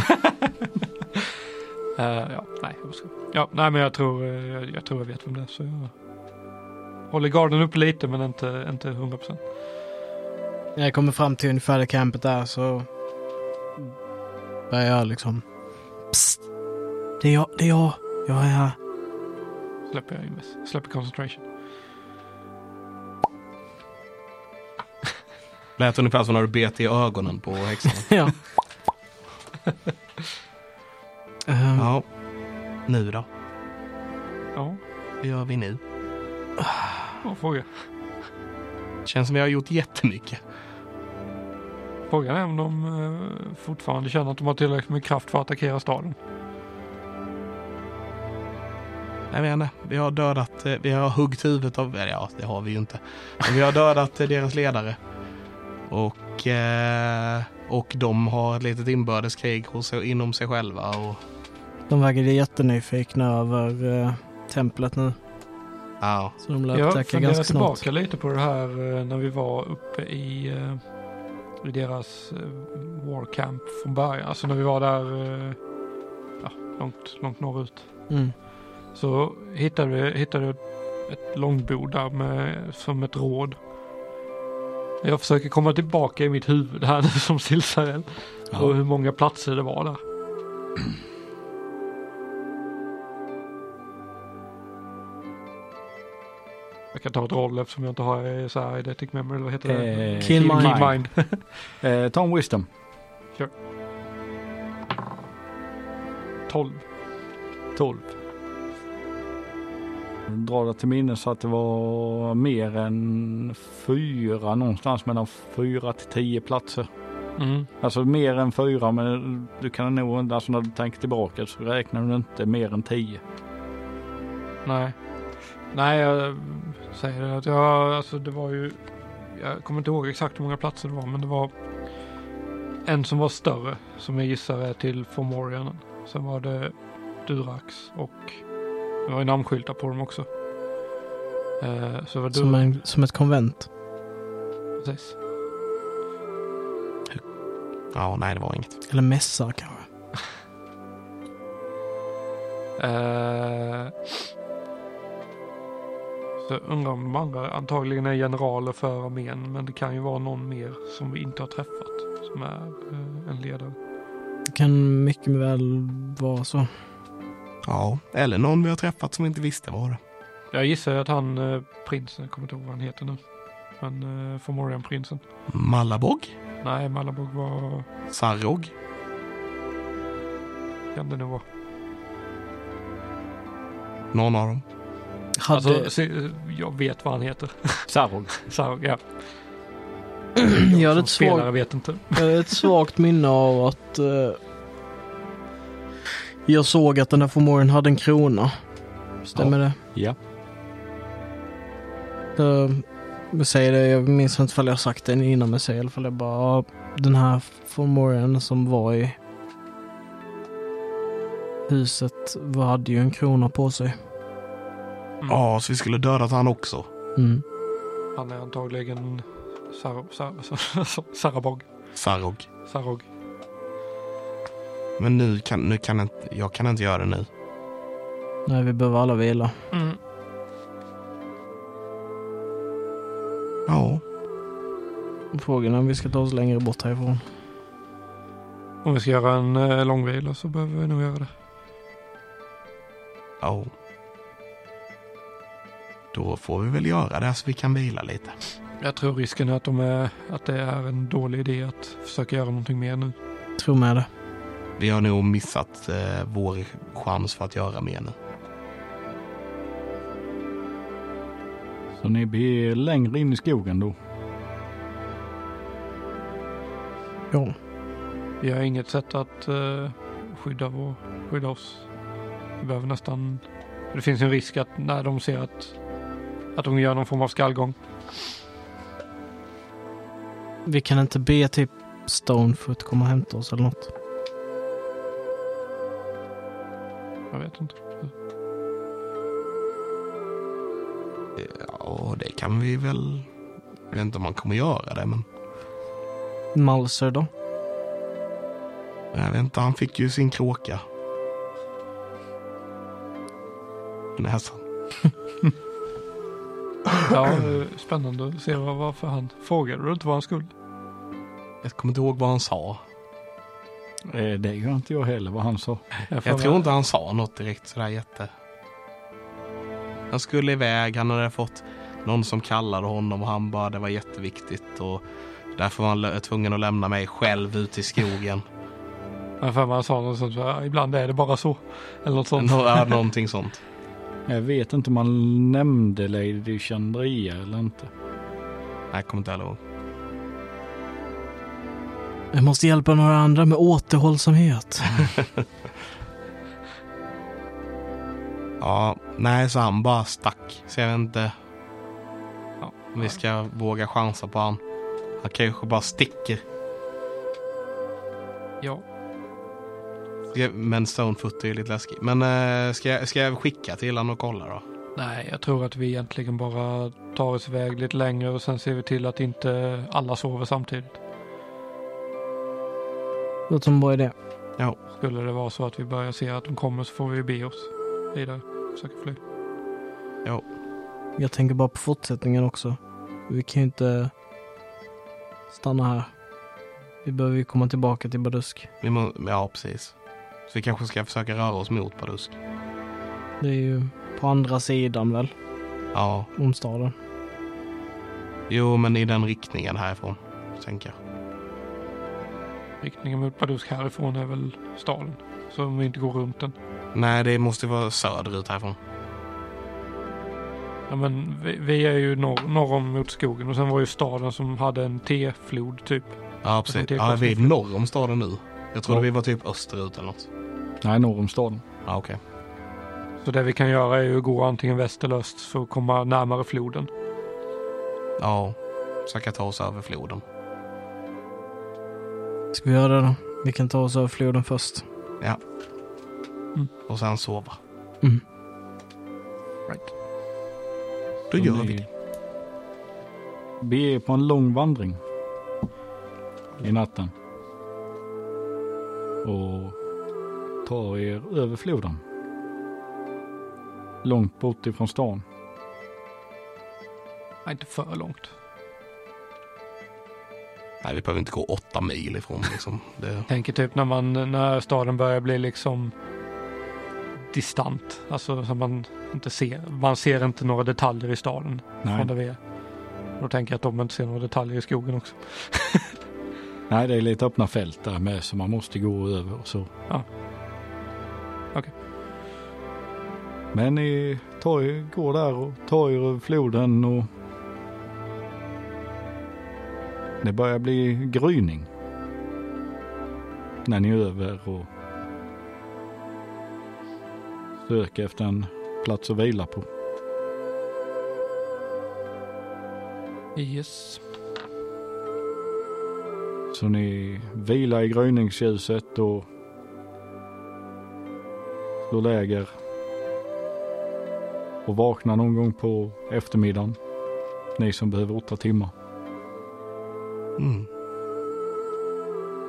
Speaker 3: Eh, ja, nej, jag ska. Ja, nej, men jag tror, eh, jag, jag tror jag vet vem det är. Så jag håller garden upp lite men inte, inte 100 procent.
Speaker 2: Jag kommer fram till ungefär det campet där så börjar jag liksom. Psst! Det är jag, det är jag, jag är här.
Speaker 3: Släpper jag Ymes. Släpper concentration.
Speaker 1: Lät ungefär som när du bet i ögonen på häxan.
Speaker 2: ja. Ehm,
Speaker 4: Mm.
Speaker 1: Ja. Nu då?
Speaker 3: Ja,
Speaker 1: Hur gör vi nu?
Speaker 3: bra fråga.
Speaker 1: Känns som vi har gjort jättemycket.
Speaker 3: Frågan är om de eh, fortfarande känner att de har tillräckligt med kraft för att attackera staden.
Speaker 1: Jag menar, vi har dödat, eh, vi har huggt huvudet av, eller ja det har vi ju inte. Men vi har dödat eh, deras ledare. Och, eh, och de har ett litet inbördeskrig hos, inom sig själva. Och,
Speaker 2: de verkade jättenyfikna över eh, templet nu.
Speaker 1: ja.
Speaker 2: Så de lär
Speaker 3: Jag
Speaker 2: upptäcka
Speaker 3: funderar
Speaker 2: ganska snart.
Speaker 3: tillbaka lite på det här eh, när vi var uppe i, eh, i deras eh, war camp från början. Alltså när vi var där eh, ja, långt, långt norrut.
Speaker 2: Mm.
Speaker 3: Så hittade vi, hittade vi ett långbord där med, som ett råd. Jag försöker komma tillbaka i mitt huvud här nu som Silsarell. Och hur många platser det var där. Jag kan ta ett roll eftersom jag inte har eh, så här eidetic memory eller vad heter det?
Speaker 4: Eh,
Speaker 2: Kill
Speaker 3: Keen
Speaker 2: mind.
Speaker 3: mind.
Speaker 4: Eh, ta en wisdom.
Speaker 3: 12.
Speaker 4: 12. Dra det till minnes att det var mer än fyra, någonstans mellan fyra till tio platser.
Speaker 3: Mm.
Speaker 4: Alltså mer än fyra, men du kan nog inte, alltså när du tänker tillbaka så räknar du inte mer än tio.
Speaker 3: Nej. Nej, jag säger det att jag, alltså det var ju, jag kommer inte ihåg exakt hur många platser det var, men det var en som var större, som jag gissar är till Formorianen. Sen var det Durax och det var ju namnskyltar på dem också. Eh, så det var
Speaker 2: Som,
Speaker 3: Durax,
Speaker 2: en, som ett konvent.
Speaker 3: precis.
Speaker 1: ja, nej det var inget.
Speaker 2: Eller mässa kanske.
Speaker 3: Eh, så jag undrar om de andra antagligen är generaler för armén, men det kan ju vara någon mer som vi inte har träffat som är eh, en ledare.
Speaker 2: Det kan mycket väl vara så.
Speaker 1: Ja, eller någon vi har träffat som inte visste vad det.
Speaker 3: Jag gissar att han, eh, prinsen, jag kommer inte ihåg vad han heter nu. Men eh, Formorian-prinsen.
Speaker 1: Malabog?
Speaker 3: Nej, Malabog var,
Speaker 1: Sarrog?
Speaker 3: kan det nog vara.
Speaker 1: Någon av dem?
Speaker 2: Hade,
Speaker 3: Alltså, se- jag vet vad han heter.
Speaker 4: Sarog.
Speaker 3: Så, ja.
Speaker 2: jag hade
Speaker 3: Som
Speaker 2: ett svagt
Speaker 3: spelare vet inte.
Speaker 2: Jag har ett svagt minne av att eh, jag såg att den där förmågan hade en krona. Stämmer det?
Speaker 4: Ja.
Speaker 2: Eh, jag säger det, jag minns inte ifall jag har sagt det innan men jag säger i alla fall det bara ja, den här förmågan som var i huset vad hade ju en krona på sig.
Speaker 3: Mm.
Speaker 1: Ja, så vi skulle dödat han också.
Speaker 2: Mm.
Speaker 3: Han är antagligen Sar- Sar- Sar- Sarabog.
Speaker 1: Sarrog.
Speaker 3: Sarog.
Speaker 1: Men nu kan, nu kan jag inte, jag kan inte göra det nu.
Speaker 2: Nej, vi behöver alla vila.
Speaker 3: Mm.
Speaker 1: Ja.
Speaker 2: Frågan är om vi ska ta oss längre bort härifrån.
Speaker 3: Om vi ska göra en eh, långvila så behöver vi nog göra det.
Speaker 1: Ja. Då får vi väl göra det så vi kan vila lite.
Speaker 3: Jag tror risken är att, de är att det är en dålig idé att försöka göra någonting mer nu.
Speaker 2: Tror med det.
Speaker 1: Vi har nog missat eh, vår chans för att göra mer nu.
Speaker 4: Så ni blir längre in i skogen då.
Speaker 2: Ja.
Speaker 3: Vi har inget sätt att eh, skydda, vår, skydda oss. Vi behöver nästan... Det finns en risk att när de ser att, att de gör någon form av skallgång.
Speaker 2: Vi kan inte be typ Stonefoot komma och hämta oss eller något.
Speaker 3: Jag vet inte.
Speaker 1: Ja, det kan vi väl Jag vet inte om han kommer göra det, men
Speaker 2: Malser då?
Speaker 1: jag vet inte. Han fick ju sin kråka. I Näsan.
Speaker 3: Ja, eh, spännande att se vad, varför han frågade du inte vad han skulle.
Speaker 1: Jag kommer inte ihåg vad han sa.
Speaker 4: Eh, Det gör inte jag heller vad han sa.
Speaker 1: Jag tror inte han sa något direkt sådär jätte. Han skulle iväg, han hade fått någon som kallade honom och han bara det var jätteviktigt och därför var han lö- tvungen att lämna mig själv ute i skogen.
Speaker 3: Jag för mig han sa något sånt, så här, ibland är det bara så. Eller något sånt.
Speaker 1: Nå- ja, någonting sånt.
Speaker 4: Jag vet inte om han nämnde Lady Chandria eller inte.
Speaker 1: Nej, jag kommer inte heller ihåg.
Speaker 2: Jag måste hjälpa några andra med återhållsamhet.
Speaker 1: Ja, nej, så han bara stack. Så jag vet inte
Speaker 3: Ja.
Speaker 1: om vi ska våga chansa på han. Han kanske bara sticker.
Speaker 3: Ja.
Speaker 1: Ska- Men Stonefoot är ju lite läskig. Men eh, ska, jag, ska jag skicka till honom och kolla då?
Speaker 3: Nej, jag tror att vi egentligen bara tar oss iväg lite längre och sen ser vi till att inte alla sover samtidigt.
Speaker 2: Låter som en bra idé.
Speaker 3: Skulle det vara så att vi börjar se att de kommer så får vi be oss vidare. Försöka fly.
Speaker 2: Jag tänker bara på fortsättningen också. Vi kan ju inte stanna här. Vi behöver ju komma tillbaka till Badusk.
Speaker 1: Vi må, ja, precis. Så vi kanske ska försöka röra oss mot Badusk.
Speaker 2: Det är ju på andra sidan väl,
Speaker 1: Ja,
Speaker 2: om staden.
Speaker 1: jo, men i den riktningen härifrån, tänker jag.
Speaker 3: Riktningen mot Badusk härifrån är väl staden. Så om vi inte går runt den.
Speaker 1: Nej, det måste vara söderut härifrån.
Speaker 3: Ja, men vi, vi är ju norr, norr om mot skogen och sen var ju staden som hade en T-flod typ.
Speaker 1: Ja,
Speaker 3: Jag
Speaker 1: precis.
Speaker 3: tänkte
Speaker 1: Ja,
Speaker 3: jag
Speaker 1: vi är norr om staden nu. Jag trodde
Speaker 4: Ja.
Speaker 1: vi var typ österut eller något.
Speaker 4: Nej, norr om staden.
Speaker 1: Ja, okej.
Speaker 3: Så det vi kan göra är ju att gå antingen väst eller öst för att komma närmare floden.
Speaker 1: Ja, försöka ta oss över floden.
Speaker 2: Ska vi göra det då? Vi kan ta oss över floden först.
Speaker 1: Och sen sova.
Speaker 2: Mm.
Speaker 3: Right.
Speaker 1: Då
Speaker 4: Så
Speaker 1: gör
Speaker 4: ni-
Speaker 1: vi det.
Speaker 4: Vi är på en lång vandring. I natten. Och tar er över floden. Långt bort ifrån stan.
Speaker 3: Nej, inte för långt.
Speaker 1: Nej, vi behöver inte gå åtta mil ifrån liksom. Det,
Speaker 3: Tänker typ när, man, när staden börjar bli liksom distant. Alltså så man inte ser, man ser inte några detaljer i staden från
Speaker 4: Nej,
Speaker 3: där vi är. Då tänker jag att de inte ser några detaljer i skogen också.
Speaker 4: nej det är lite öppna fält där med så man måste gå över och så.
Speaker 3: Ja. Okej.
Speaker 4: Men ni tar, er- går där och tar er över floden och det börjar bli gryning. När ni är över och söker efter en plats att vila på.
Speaker 3: Yes.
Speaker 4: Så ni vilar i gryningsljuset och slår läger. Och vaknar någon gång på eftermiddagen. Ni som behöver åtta timmar.
Speaker 1: mm.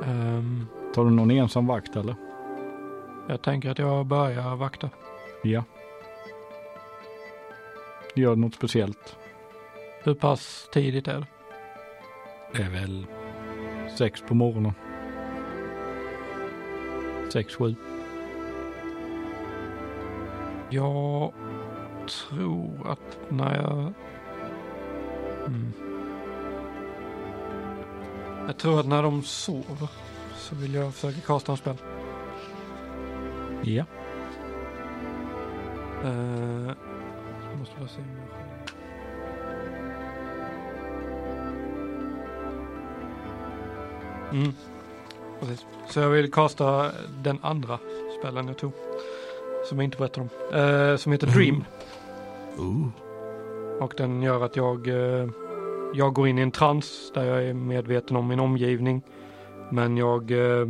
Speaker 3: Ehm,
Speaker 4: Tar du någon ensam vakt eller?
Speaker 3: jag tänker att jag börjar vakta.
Speaker 4: Ja. Gör något speciellt.
Speaker 3: Hur pass tidigt är det?
Speaker 4: Det är väl sex på morgonen. Sex, sju.
Speaker 3: Jag tror att när jag... Mm. Jag tror att när de sover så vill jag försöka kasta en spel.
Speaker 4: Ja.
Speaker 3: Eh, jag måste bara se om jag har- Mm, precis. Så jag vill kasta den andra spelen jag tog. Som jag inte berättade om. Eh, som heter Dream.
Speaker 1: Ooh.
Speaker 3: Och den gör att jag, eh, jag går in i en trans där jag är medveten om min omgivning. Men jag eh,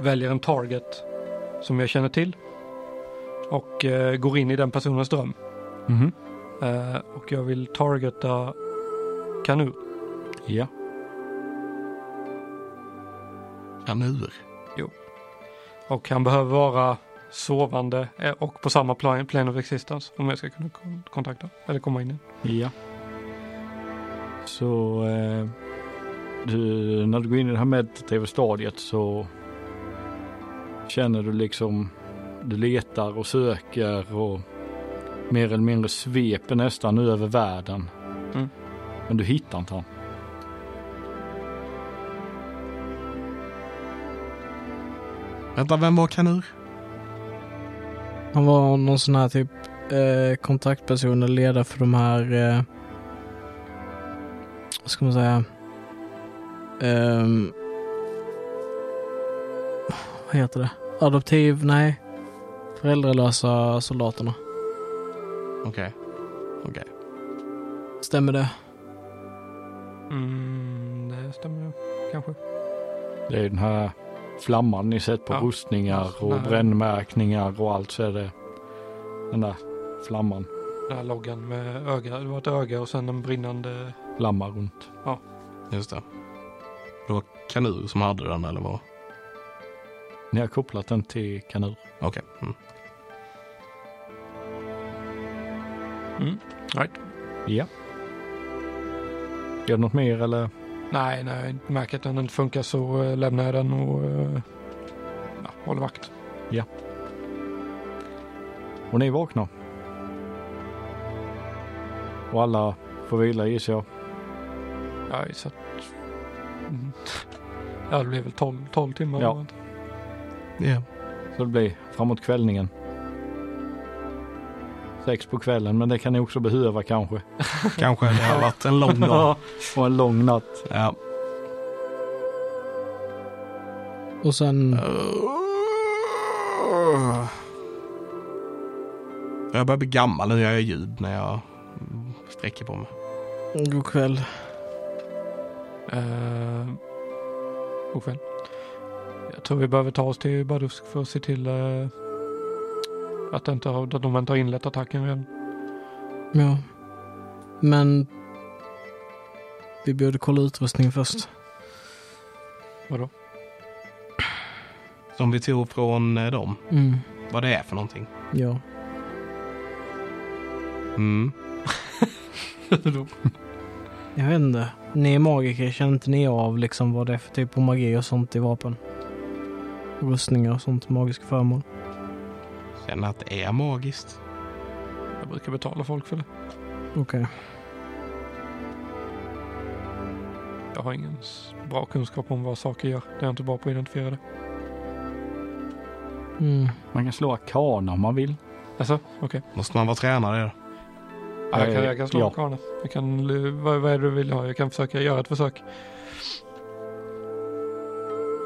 Speaker 3: väljer en target som jag känner till. Och eh, går in i den personens dröm.
Speaker 4: Mhm.
Speaker 3: Eh, och jag vill targeta kanur.
Speaker 4: Ja.
Speaker 1: Kanur.
Speaker 3: Och han behöver vara sovande eh, och på samma plan, plane of existence om jag ska kunna kon- kontakta eller komma in. i.
Speaker 4: Ja. Så eh, du, när du går in i det här meditativa stadiet så känner du liksom, du letar och söker och mer eller mindre sveper nästan nu över världen.
Speaker 3: Mm.
Speaker 4: Men du hittar inte han.
Speaker 1: Vänta, vem var kanur?
Speaker 2: Han var någon sån här typ eh, kontaktperson eller ledare för de här, eh, vad ska man säga, Ehm, vad heter det? Adoptiv, nej, föräldralösa soldaterna.
Speaker 1: Okej. Okej.
Speaker 2: Stämmer det?
Speaker 3: Mm, det stämmer nog, kanske.
Speaker 4: Det är den här flamman ni sett på
Speaker 3: Ja.
Speaker 4: rustningar
Speaker 3: Ja,
Speaker 4: och
Speaker 3: nej.
Speaker 4: brännmärkningar och allt så är det den där flamman
Speaker 3: Den här loggan med öga, det var ett öga och sen en brinnande.
Speaker 4: flammar runt.
Speaker 1: Just det. Det var kanur som hade den eller vad?
Speaker 4: Ni har kopplat den till kanur.
Speaker 1: Okej. Mm.
Speaker 4: Ja. Gör du något mer eller?
Speaker 3: Nej, nej, jag märker att den inte funkar så eh, lämnar jag den och eh, ja, håller vakt.
Speaker 4: Och ni vaknar. Och alla får vila gissar jag.
Speaker 3: Ja, så att, mm. ja, det blir väl 12, 12 timmar.
Speaker 4: Ja.
Speaker 3: eller något.
Speaker 1: Ja.
Speaker 4: Så det blir framåt kvällningen. Sex på kvällen men det kan ni också behöva kanske.
Speaker 1: Kanske det har varit en lång dag.
Speaker 4: Och en lång natt.
Speaker 1: Ja.
Speaker 2: Och sen,
Speaker 1: Jag börjar bli gammal nu, jag gör ljud när jag mm, sträcker på mig.
Speaker 2: god kväll.
Speaker 3: Eh, god kväll. Jag tror vi behöver ta oss till Badusk för att se till eh, att, det inte har, att de inte har inlett attacken redan.
Speaker 2: Ja. Men vi borde kolla utrustningen först.
Speaker 3: Vadå?
Speaker 1: Som vi tog från eh, dem,
Speaker 2: Mm,
Speaker 1: vad det är för någonting.
Speaker 2: ja.
Speaker 1: Mm.
Speaker 2: Jag vet inte. Ni är magiker, känner inte ni av liksom vad det är för typ av magi och sånt i vapen? Rustningar och sånt, magiska föremål.
Speaker 1: Känner att det är magiskt.
Speaker 3: Jag brukar betala folk för det.
Speaker 2: Okej.
Speaker 3: Jag har ingen s- bra kunskap om vad saker gör. Det är jag inte bra på att identifiera det.
Speaker 2: Mm.
Speaker 4: Man kan slå arkana om man vill.
Speaker 3: Alltså, okej.
Speaker 1: Måste man vara tränare i det?
Speaker 3: Ja, jag, kan, jag kan slå
Speaker 4: Ja.
Speaker 3: ja. karlarna. Jag kan, l- vad, vad är det du vill ha? Jag kan försöka göra ett försök.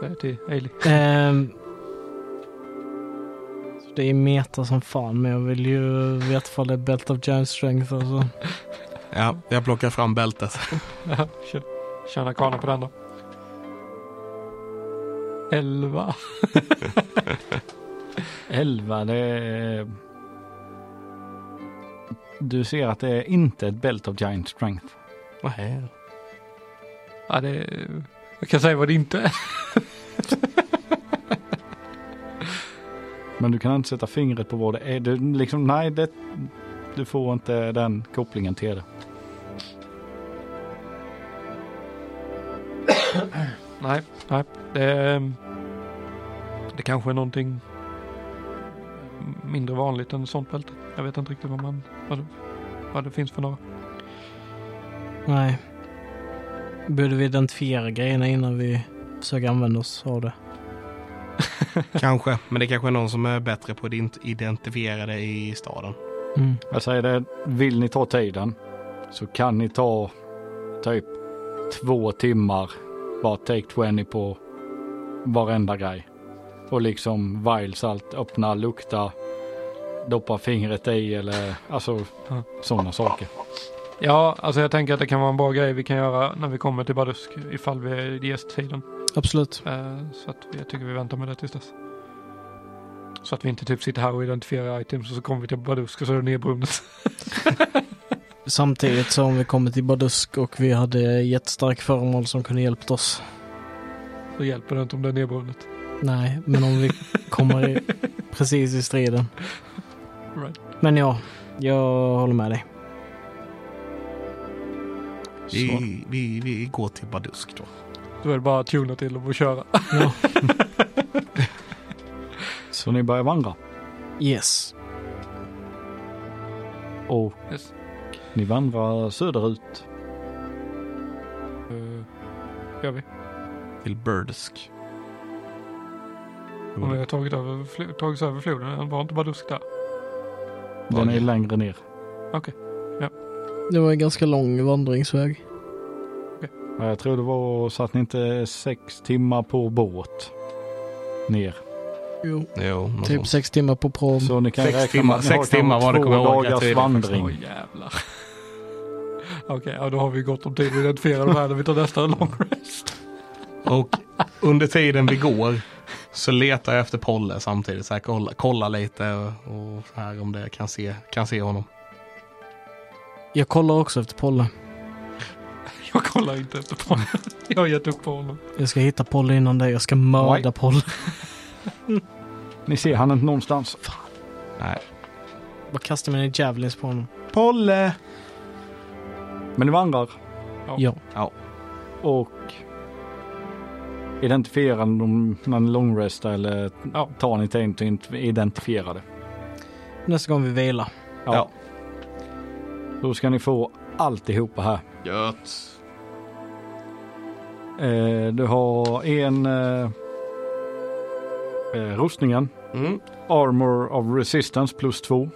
Speaker 3: Det är till Ailey.
Speaker 2: Ehm. Så det är meta som fan, men jag vill ju veta ifall det är belt of giant strength och så.
Speaker 1: Ja, jag plockar fram bältet.
Speaker 3: Ja, kör. Kör narkanen på den då. Elva.
Speaker 4: Elva det är... Du ser att det är inte ett belt of giant strength.
Speaker 1: Vad är
Speaker 3: Ja, det är... Jag kan säga vad det inte är.
Speaker 4: Men du kan inte sätta fingret på vad det är. Du, liksom, nej, det, du får inte den kopplingen till det.
Speaker 3: Nej, nej. Det, är... det kanske är någonting mindre vanligt än sånt bälte. Jag vet inte riktigt vad man... Vad det, vad det finns för några.
Speaker 2: Nej. Borde vi identifiera grejerna innan vi försöker använda oss av det?
Speaker 1: det? Kanske, men det kanske är någon som är bättre på att ident- identifiera det i staden.
Speaker 2: Mm.
Speaker 4: Jag säger det, vill ni ta tiden så kan ni ta typ två timmar, bara take 20 på varenda grej. Och liksom vials allt, öppna, lukta, doppa fingret i eller alltså
Speaker 3: Ja.
Speaker 4: sådana saker.
Speaker 3: Ja, alltså jag tänker att det kan vara en bra grej vi kan göra när vi kommer till Badusk ifall vi ges tiden.
Speaker 2: Absolut.
Speaker 3: Eh, Så att jag tycker vi väntar med det tills dess. Så att vi inte typ sitter här och identifierar items och så kommer vi till Badusk och så är det nedbrunnet.
Speaker 2: Samtidigt som vi kommer till Badusk och vi hade jättestark föremål som kunde hjälpt oss.
Speaker 3: Så hjälper det inte om det är nedbrunnet.
Speaker 2: Nej, men om vi kommer i, precis i striden.
Speaker 3: Right.
Speaker 2: Men ja, jag håller med dig.
Speaker 4: Så.
Speaker 1: Vi, vi, vi går till Badusk då.
Speaker 3: Då är det bara att tuna till och köra.
Speaker 4: Så ni börjar vandra.
Speaker 2: Yes.
Speaker 4: Och
Speaker 3: Yes.
Speaker 4: ni vandrar söderut.
Speaker 3: Eh, gör vi.
Speaker 1: Till Burdusk.
Speaker 3: Hon har tagit över, fl- tagit sig över floden. Han var inte bara dusk där.
Speaker 4: Den är längre ner.
Speaker 2: Det var en ganska lång vandringsväg.
Speaker 4: Ja, Jag tror det var så att ni inte är sex timmar på båt ner.
Speaker 2: Jo.
Speaker 1: Jo, något
Speaker 2: Typ
Speaker 1: sånt.
Speaker 2: sex timmar på prom.
Speaker 4: Så ni kan
Speaker 1: Sex
Speaker 4: räkna
Speaker 1: timmar-
Speaker 4: med att ni har
Speaker 1: sex timmar
Speaker 4: kanske
Speaker 1: var det
Speaker 4: två
Speaker 1: kommer jag ihåg att
Speaker 4: dagars
Speaker 1: det är
Speaker 4: vandring.
Speaker 3: Åh jävlar. Okej, ja, då har vi gott om tid att identifiera de här när vi tar nästa long rest.
Speaker 1: Och under tiden vi går så letar jag efter Polle samtidigt. Så här, kolla, kolla lite och, och så här om det kan se, kan se honom.
Speaker 2: Jag kollar också efter Polle.
Speaker 3: Jag kollar inte efter på honom. Jag har gett upp på honom.
Speaker 2: Jag ska hitta Polle innan det. Jag ska mörda Polle.
Speaker 4: Ni ser han inte någonstans.
Speaker 1: Nej.
Speaker 2: Bara kasta mina javelins på honom.
Speaker 1: Polle!
Speaker 4: Men ni vandrar
Speaker 2: Ja.
Speaker 4: och identifierar ni dem när ni långrestar eller
Speaker 3: Ja.
Speaker 4: tar ni tid till att identifiera det.
Speaker 2: Nästa gång vi vilar.
Speaker 4: Ja.
Speaker 1: Ja.
Speaker 4: Då ska ni få alltihopa här.
Speaker 1: Gött!
Speaker 4: Eh, du har en eh, eh, rustningen.
Speaker 1: Mm.
Speaker 4: Armor of resistance plus två.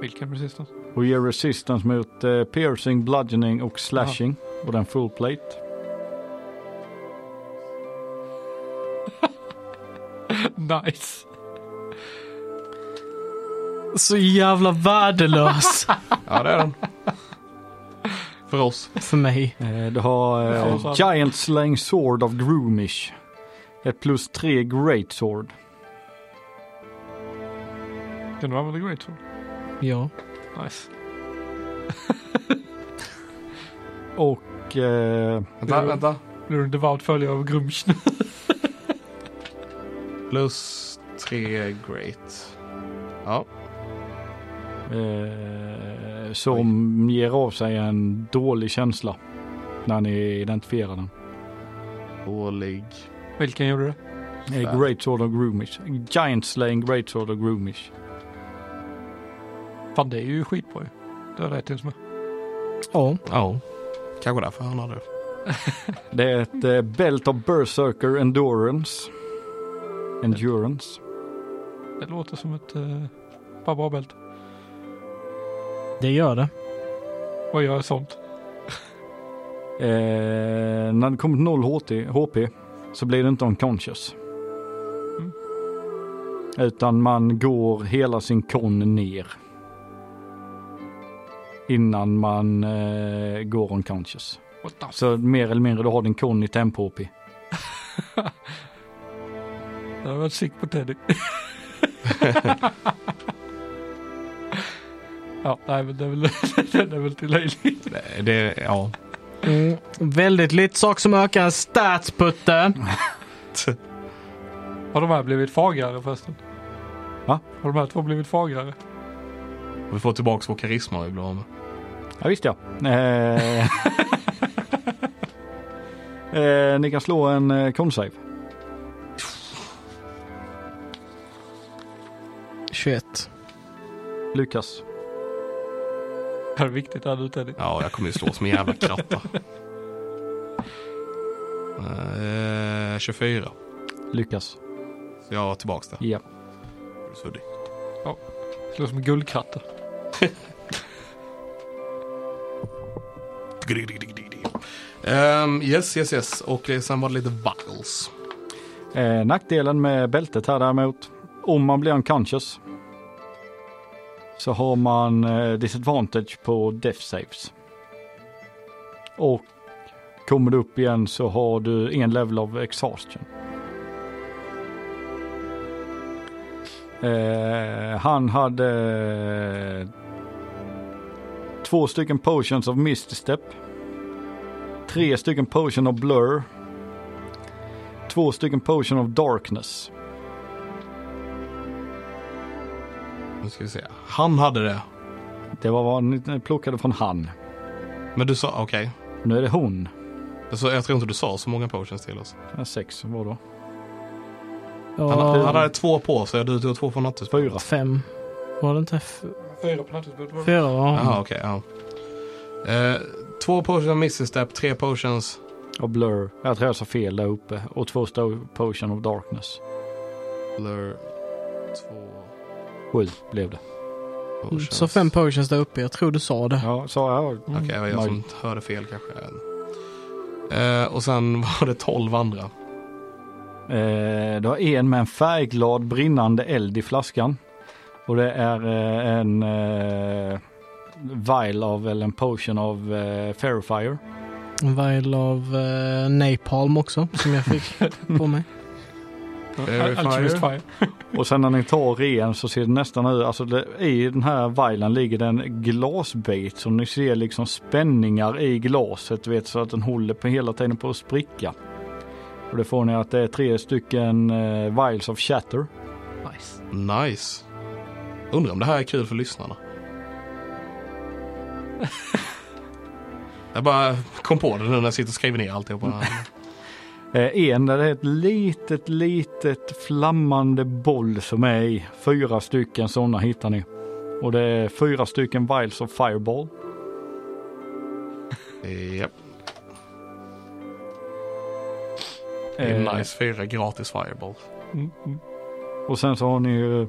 Speaker 3: Vilken resistance?
Speaker 4: Och ger resistance mot eh, piercing, bludgeoning och slashing. Och den full plate.
Speaker 3: Nice.
Speaker 2: Så jävla värdelös
Speaker 1: Ja, det är den. För oss.
Speaker 2: för mig.
Speaker 4: Eh, du har
Speaker 3: Ja,
Speaker 4: eh,
Speaker 3: så-
Speaker 4: giant slang sword of groomish. Ett plus tre great sword.
Speaker 3: Kan du använda great sword?
Speaker 2: Ja.
Speaker 3: Nice.
Speaker 4: Och eh,
Speaker 1: Vänta,
Speaker 2: Mm.
Speaker 3: Jo.
Speaker 1: vänta.
Speaker 3: Nu är du en devout följare av Grumsh nu.
Speaker 1: Plus tre great. Ja.
Speaker 4: eh, som ger av sig en dålig känsla. När ni identifierar den.
Speaker 1: Dålig.
Speaker 3: Vilken gjorde det?
Speaker 4: Eh, great sword of groomish. Giant slang great sword of groomish.
Speaker 3: Fan, det är ju skitbra ju. Det har jag rätt med.
Speaker 2: Ja.
Speaker 1: Ja. Kanske därför han hade det.
Speaker 4: Det är ett eh, belt of berserker endurance. Endurance.
Speaker 3: Det låter som ett eh, pappabälte.
Speaker 2: Det gör det.
Speaker 3: Vad gör sånt?
Speaker 4: Eh, när det kommer till 0 HT, HP så blir det inte unconscious.
Speaker 3: Mm.
Speaker 4: Utan man går hela sin kon ner. Innan man eh, går unconscious.
Speaker 3: What the
Speaker 4: Så mer eller mindre du har din kon i tempo HP.
Speaker 3: Det har varit sick på Teddy. ja, nej men det är väl, den är väl till löjlig.
Speaker 1: Det, det ja.
Speaker 2: Mm. Väldigt lite sak som ökar stats putte.
Speaker 3: Har de här blivit fagrare förresten?
Speaker 4: Va?
Speaker 3: Har de här två blivit fagrare?
Speaker 1: Vi får tillbaka vår karisma vi blir av med.
Speaker 4: Ja visst ja. Eh, eh, ni kan slå en eh, con-save.
Speaker 2: 21.
Speaker 4: Lyckas.
Speaker 3: Det här är viktigt här nu Teddy.
Speaker 1: Ja, jag kommer ju slå som en jävla kratta. Eh, 24.
Speaker 4: Lyckas.
Speaker 1: Så jag har tillbaka det.
Speaker 4: Ja.
Speaker 1: Suddig.
Speaker 3: Slår som en guldkratta.
Speaker 1: Ehm, yes, yes, yes. Och det, sen var det lite vals.
Speaker 4: Eh, nackdelen med bältet här däremot, om man blir unconscious så har man eh, disadvantage på death saves. Och kommer du upp igen så har du en level of exhaustion. Eh, han hade eh, två stycken potions of misstep. Tre stycken potion of blur. Två stycken potion of darkness.
Speaker 1: Nu ska vi se. Han hade det.
Speaker 4: Det var vad ni plockade från han.
Speaker 1: Men du sa, okej.
Speaker 4: Nu är det hon.
Speaker 1: Så jag tror inte du sa så många potions till oss.
Speaker 4: Ja, Sex var då.
Speaker 1: Han,
Speaker 2: Ja,
Speaker 1: han hade två på sig och du tog två från Nattes.
Speaker 4: Fyra.
Speaker 2: fem. Var det inte f-
Speaker 3: Fyra på nattusbordet.
Speaker 2: fyra?
Speaker 1: Jaha, okej. ja. Eh, två potions av Mrs. Step, tre potions.
Speaker 4: Och blur. Jag tror jag sa fel där uppe. Och två sto- potion of darkness.
Speaker 1: Blur, två
Speaker 4: Sju blev det.
Speaker 1: potions.
Speaker 2: Så fem potions där uppe, jag tror du sa det.
Speaker 4: Ja, sa jag.
Speaker 1: Okej, det var jag som hörde fel kanske. Eh, och sen var det tolv andra.
Speaker 4: Eh, du har en med en färgglad brinnande eld i flaskan. Och det är eh, en eh, vial av, eller en potion av eh, Fairfire.
Speaker 2: En vial av eh, napalm också, som jag fick på mig.
Speaker 1: Fairy Fire.
Speaker 3: Alchemist Fire.
Speaker 4: Och sen när ni tar ren så ser det nästan ut, alltså det, i den här vialen ligger det en glasbit som ni ser liksom spänningar i glaset, vet så att den håller på hela tiden på att spricka. Och det får ni att det är tre stycken eh, vials of shatter.
Speaker 2: Nice.
Speaker 1: Nice. Undrar om det här är kul för lyssnarna. jag bara kom på det nu när jag sitter och skriver ner alltihopa.
Speaker 4: Eh, En där det är ett litet, litet flammande boll som är i. Fyra stycken sådana hittar ni. Och det är fyra stycken vials of fireball.
Speaker 1: Japp, det är
Speaker 4: Eh,
Speaker 1: nice. Fyra gratis fireball.
Speaker 3: Mm, mm.
Speaker 4: Och sen så har ni ju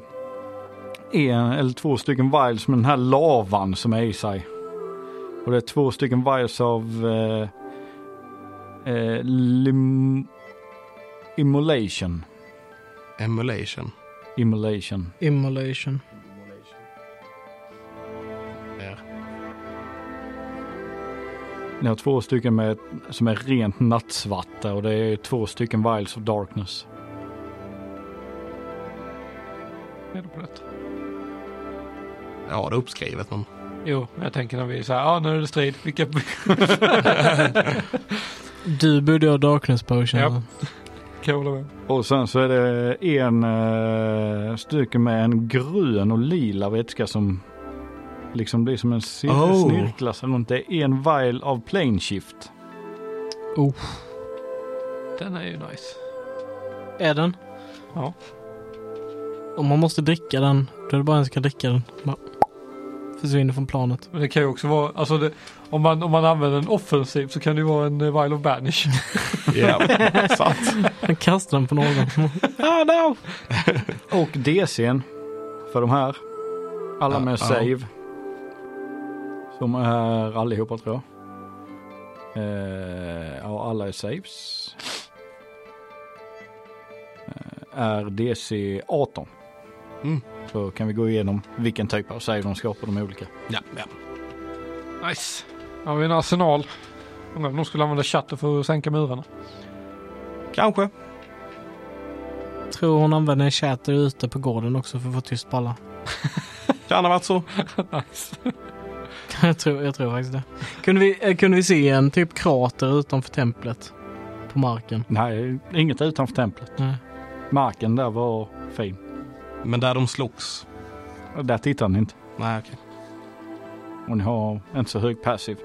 Speaker 4: en eller två stycken vials med den här lavan som är i sig. Och det är två stycken vials av eh, eh, lim- immolation.
Speaker 1: Emulation.
Speaker 4: Immolation.
Speaker 2: Immolation.
Speaker 1: Där.
Speaker 4: Ni har två stycken med, som är rent nattsvarta och det är två stycken vials of darkness.
Speaker 3: Är det på detta?
Speaker 1: Ja, det är uppskrivet men.
Speaker 3: Jo, men jag tänker när vi är så här, ja ah, nu är det strid. Vilka...
Speaker 2: Du borde ha darkness potion.
Speaker 3: Japp. Coola med.
Speaker 4: Och sen så är det en eh, stycke med en grön och lila vätska som liksom blir som en cir-
Speaker 1: Oh.
Speaker 4: snirkla. Så något. Det är en vial av plane shift.
Speaker 3: Den är ju nice.
Speaker 2: Är den?
Speaker 3: Ja.
Speaker 2: Om man måste dricka den, då är det bara en som kan dricka den. Bara försvinner från planet.
Speaker 3: Men det kan ju också vara, alltså det, om, man, om man använder den offensivt så kan det ju vara en eh, Vile of Banish.
Speaker 1: Ja, sant.
Speaker 2: Han kastar den på någon. ah, no!
Speaker 4: Och DCn för de här. Alla
Speaker 1: Ja, ja.
Speaker 4: med save. Som är allihopa tror jag. Eh, ja, alla är saves. Eh, är DC 18.
Speaker 1: Mm.
Speaker 4: Så kan vi gå igenom vilken typ av save de ska ha på de olika.
Speaker 1: Ja, ja.
Speaker 3: Nice. Här har vi en arsenal. Undrar om de skulle använda chatten för att sänka murarna.
Speaker 1: Kanske.
Speaker 2: Tror hon använder en chatter ute på gården också för att få tyst på alla.
Speaker 1: Kan ha varit så.
Speaker 3: nice.
Speaker 2: jag, tror, jag tror faktiskt det. Kunde vi, eh, kunde vi se en typ krater utanför templet? På marken?
Speaker 4: Nej, inget utanför templet.
Speaker 2: Nej.
Speaker 4: Marken där var fin.
Speaker 1: Men där de slogs.
Speaker 4: Där tittar ni inte.
Speaker 1: Nej, okej.
Speaker 4: Och ni har inte så hög passiv.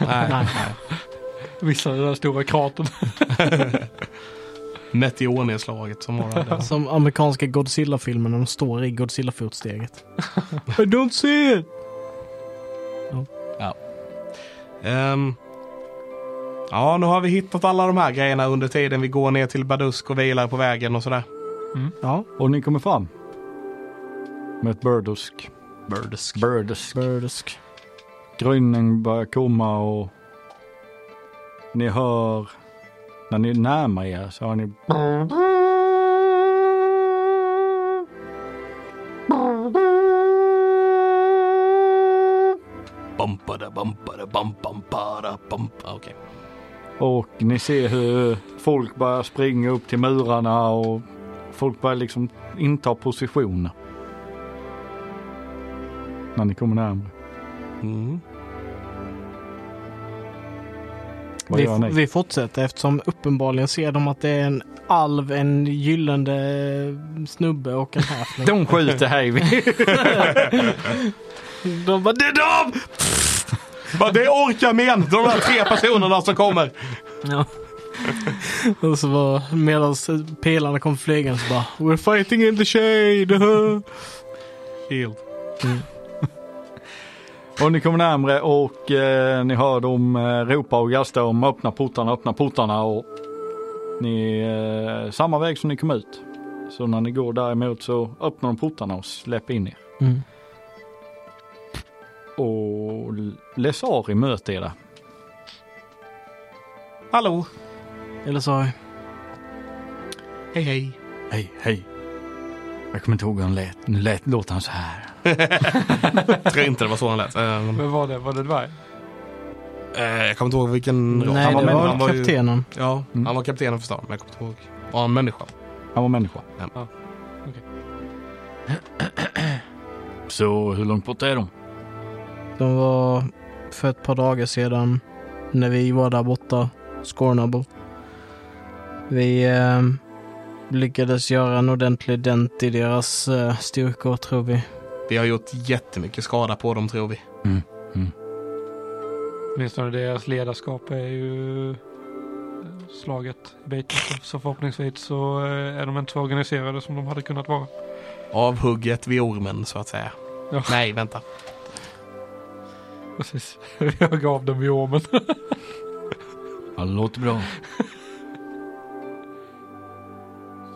Speaker 1: Nej.
Speaker 2: Nej.
Speaker 3: Missade den där stora kratern.
Speaker 1: Meteornedslaget som var där.
Speaker 2: Som amerikanska Godzilla-filmen när de står i Godzilla-fotsteget. I don't see it!
Speaker 1: Ehm, ja, nu har vi hittat alla de här grejerna under tiden vi går ner till Badusk och vilar på vägen och sådär.
Speaker 2: Ja.
Speaker 4: Och ni kommer fram. Med ett burdusk.
Speaker 1: Badusk.
Speaker 4: Burdusk.
Speaker 2: Burdesk.
Speaker 4: Gryningen börjar komma och ni hör, när ni närmar er så hör ni
Speaker 1: Bampada, bampada, bam, bam, para, bam. Ah, Okej.
Speaker 4: och ni ser hur folk börjar springa upp till murarna och folk börjar liksom inta positioner. När ni kommer närmare.
Speaker 1: Mm.
Speaker 4: Vad
Speaker 2: vi,
Speaker 4: gör ni?
Speaker 2: vi fortsätter eftersom uppenbarligen ser de att det är en alv, en gyllene eh, snubbe och en häfning.
Speaker 4: De skjuter här.
Speaker 2: de bara, det är de!
Speaker 1: Bara, det orkar med en, de där tre personerna som kommer.
Speaker 2: Ja. och så var medan pelarna kom flygande så bara We're fighting in the shade!
Speaker 1: Helt.
Speaker 4: Och ni kommer närmre och eh, ni hör dem eh, ropa och gasta om öppna portarna, öppna portarna och ni, eh, samma väg som ni kom ut. Så när ni går däremot så öppnar de portarna och släpper in er.
Speaker 2: Mm.
Speaker 4: Och Lesari möter er där.
Speaker 1: Hallå,
Speaker 2: Eller så
Speaker 1: hej hej.
Speaker 4: Hej, hej. Jag kommer inte ihåg hur han lät. Nu lät, låter han så här.
Speaker 1: Jag tror inte det var så han lät. Eh, men,
Speaker 3: Men var det, var det dvärg?
Speaker 1: eh, jag kommer inte ihåg vilken roll
Speaker 2: Nej,
Speaker 1: var.
Speaker 2: det
Speaker 1: men-
Speaker 2: var
Speaker 1: han var ju-
Speaker 2: kaptenen.
Speaker 1: Ja,
Speaker 4: Mm.
Speaker 1: han var kaptenen för stan, men jag kommer inte ihåg. Var han människa?
Speaker 4: Han var människa.
Speaker 1: Ja.
Speaker 3: Ja. Okej.
Speaker 4: Så hur långt bort är de?
Speaker 2: De var för ett par dagar sedan när vi var där borta, Scornable. Vi eh, lyckades göra en ordentlig dent i deras eh, styrkor tror vi.
Speaker 1: Vi har gjort jättemycket skada på dem tror vi.
Speaker 3: Åtminstone deras ledarskap är ju eh, slaget i biten. Så- Så förhoppningsvis så eh, är de inte så organiserade som de hade kunnat vara.
Speaker 1: Avhugget vid ormen så att säga.
Speaker 3: Ja.
Speaker 1: Nej, vänta.
Speaker 3: Precis. Jag gav dem biomen.
Speaker 4: Ja, det låter bra.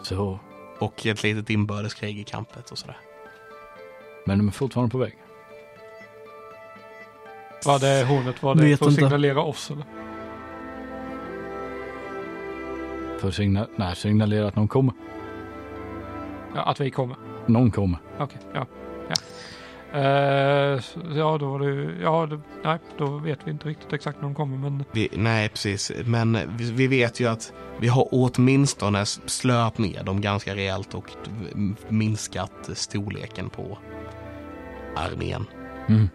Speaker 4: Så,
Speaker 1: Och ett litet inbördeskrig i kampet och sådär.
Speaker 4: men de är fortfarande på väg.
Speaker 3: Var det hornet? Var det
Speaker 2: Vet
Speaker 3: för att
Speaker 2: inte.
Speaker 3: signalera oss eller?
Speaker 4: För att signa- nej, signalera att någon kommer.
Speaker 3: Ja, att vi kommer.
Speaker 4: Någon kommer.
Speaker 3: Okej, ja. Ja. Eh, s- ja, då var det ju- Ja, det, nej, då vet vi inte riktigt exakt när de kommer, men
Speaker 1: Vi, nej, precis. Men vi, vi vet ju att vi har åtminstone s- slöat ner dem ganska rejält och m- minskat storleken på armén.
Speaker 4: Mm.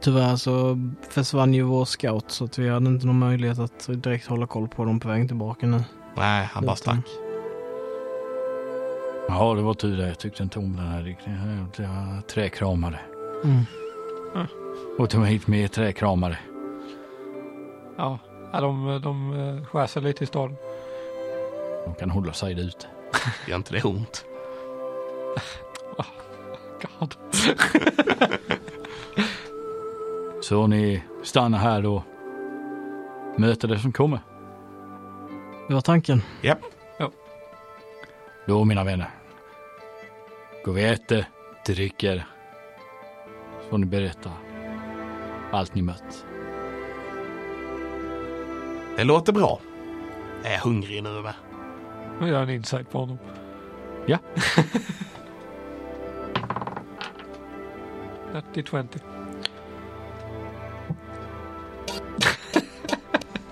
Speaker 2: Tyvärr så försvann ju vår scout så att vi hade inte någon möjlighet att direkt hålla koll på dem på vägen tillbaka nu.
Speaker 1: Nej, han bara
Speaker 2: Utan-
Speaker 1: stack.
Speaker 4: Ja, det var tur det. Jag tyckte inte om den här riktningen. Jag- Jag träkramade.
Speaker 2: Mm.
Speaker 4: Och tog hit mer träkramare.
Speaker 3: ja. ja de, de eh, skär sig lite i staden.
Speaker 4: De kan hålla sig där ute.
Speaker 1: Gör inte det ont?
Speaker 3: God.
Speaker 4: Så ni stannar här och möter det som kommer.
Speaker 2: Det var tanken.
Speaker 4: Då mina vänner. Går vi äter, dricker. Så får ni berätta allt ni mött.
Speaker 1: Det låter bra. Jag är hungrig nu med.
Speaker 3: Nu gör jag en insight på honom.
Speaker 4: Ja.
Speaker 3: 30-20.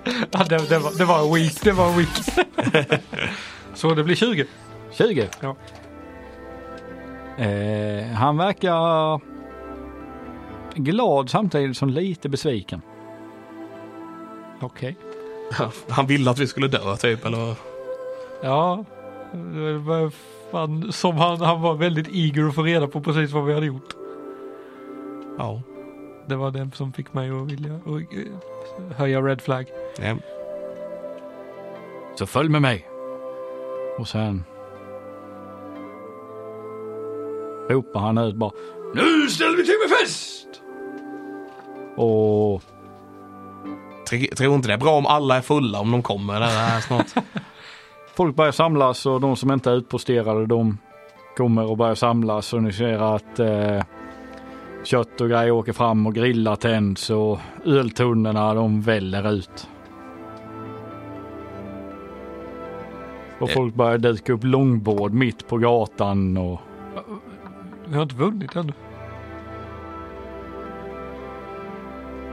Speaker 3: ja, det, det, var, det var weak, det var weak. Så det blir 20.
Speaker 4: 20.
Speaker 3: Ja.
Speaker 4: Eh, han verkar glad samtidigt som lite besviken.
Speaker 3: Okej.
Speaker 1: Han ville att vi skulle dö typ, eller?
Speaker 3: Ja, det var fan, som han, han var väldigt eager att få reda på precis vad vi hade gjort.
Speaker 1: Ja.
Speaker 3: Det var den som fick mig att vilja och, eh, höja red flag.
Speaker 1: Nej.
Speaker 4: Så följ med mig. Och sen ropar han ut bara Nu ställer vi till med fest! Och
Speaker 1: Tr- Tror inte det är bra om alla är fulla om de kommer där här snart.
Speaker 4: folk börjar samlas och de som inte är utposterade de kommer och börjar samlas och ni ser att eh, kött och grejer åker fram och grillar tänds och öltunnorna de väller ut. Och folk börjar dyka upp långbord mitt på gatan och
Speaker 3: Vi har inte vunnit ännu.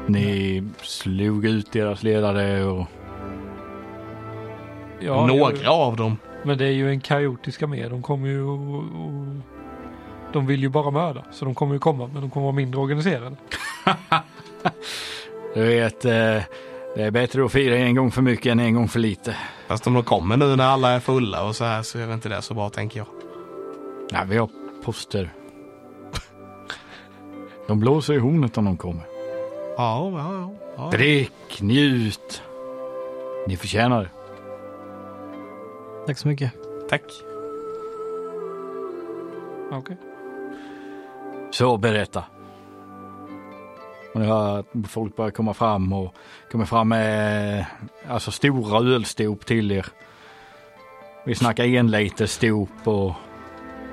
Speaker 4: ni slog ut deras ledare och
Speaker 3: Ja,
Speaker 1: Några
Speaker 3: jag-
Speaker 1: av dem.
Speaker 3: Men det är ju en kaotisk armé. De kommer ju och, och, De vill ju bara mörda. Så de kommer ju komma. Men de kommer vara mindre organiserade.
Speaker 4: Du vet, eh, det är bättre att fira en gång för mycket än en gång för lite.
Speaker 1: Fast om de kommer nu när alla är fulla och så här så är väl inte det så bra tänker jag.
Speaker 4: Nej, vi har poster. De blåser i hornet om de kommer.
Speaker 1: Ja, ja, ja. ja.
Speaker 4: Drick, njut. Ni förtjänar det.
Speaker 2: Tack så mycket.
Speaker 1: Tack.
Speaker 3: Okej.
Speaker 4: Så berätta. Och nu har folk börjat komma fram och kommer fram med eh, alltså stora ölstop till er. Vi snackar en liter stop och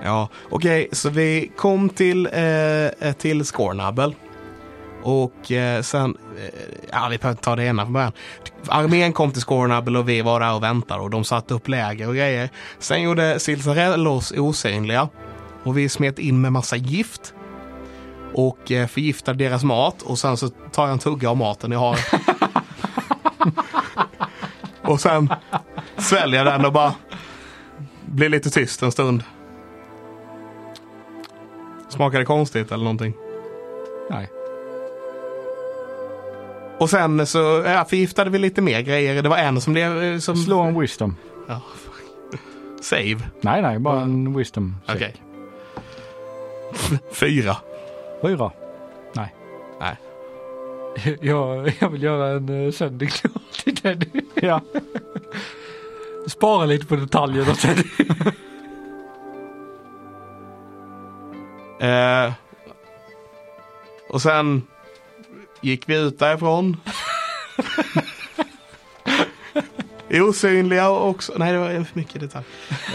Speaker 1: Ja, okej, så vi kom till, eh, till Scornabel. Och eh, sen, eh, ja vi behöver inte ta det ena från början. Armén kom till Scornabel och vi var där och väntade och de satte upp läger och grejer. Sen gjorde Silsarell oss osynliga och vi smet in med massa gift. Och eh, förgiftade deras mat och sen så tar jag en tugga av maten jag har. och sen sväljer jag den och bara blir lite tyst en stund. Smakar det konstigt eller någonting?
Speaker 4: nej.
Speaker 1: Och sen så ja, förgiftade vi lite mer grejer. Det var en som blev... eh, Som...
Speaker 4: Slå en wisdom.
Speaker 1: Ja, fuck. Save.
Speaker 4: Nej, nej, bara en wisdom. check.
Speaker 1: Okej. Fyra.
Speaker 4: Fyra.
Speaker 3: Jag, jag vill göra en eh, sändning till Teddy.
Speaker 4: Ja.
Speaker 3: Spara lite på detaljerna Teddy.
Speaker 1: Eh, och sen gick vi ut därifrån. Osynliga också. Nej, det var för mycket detalj.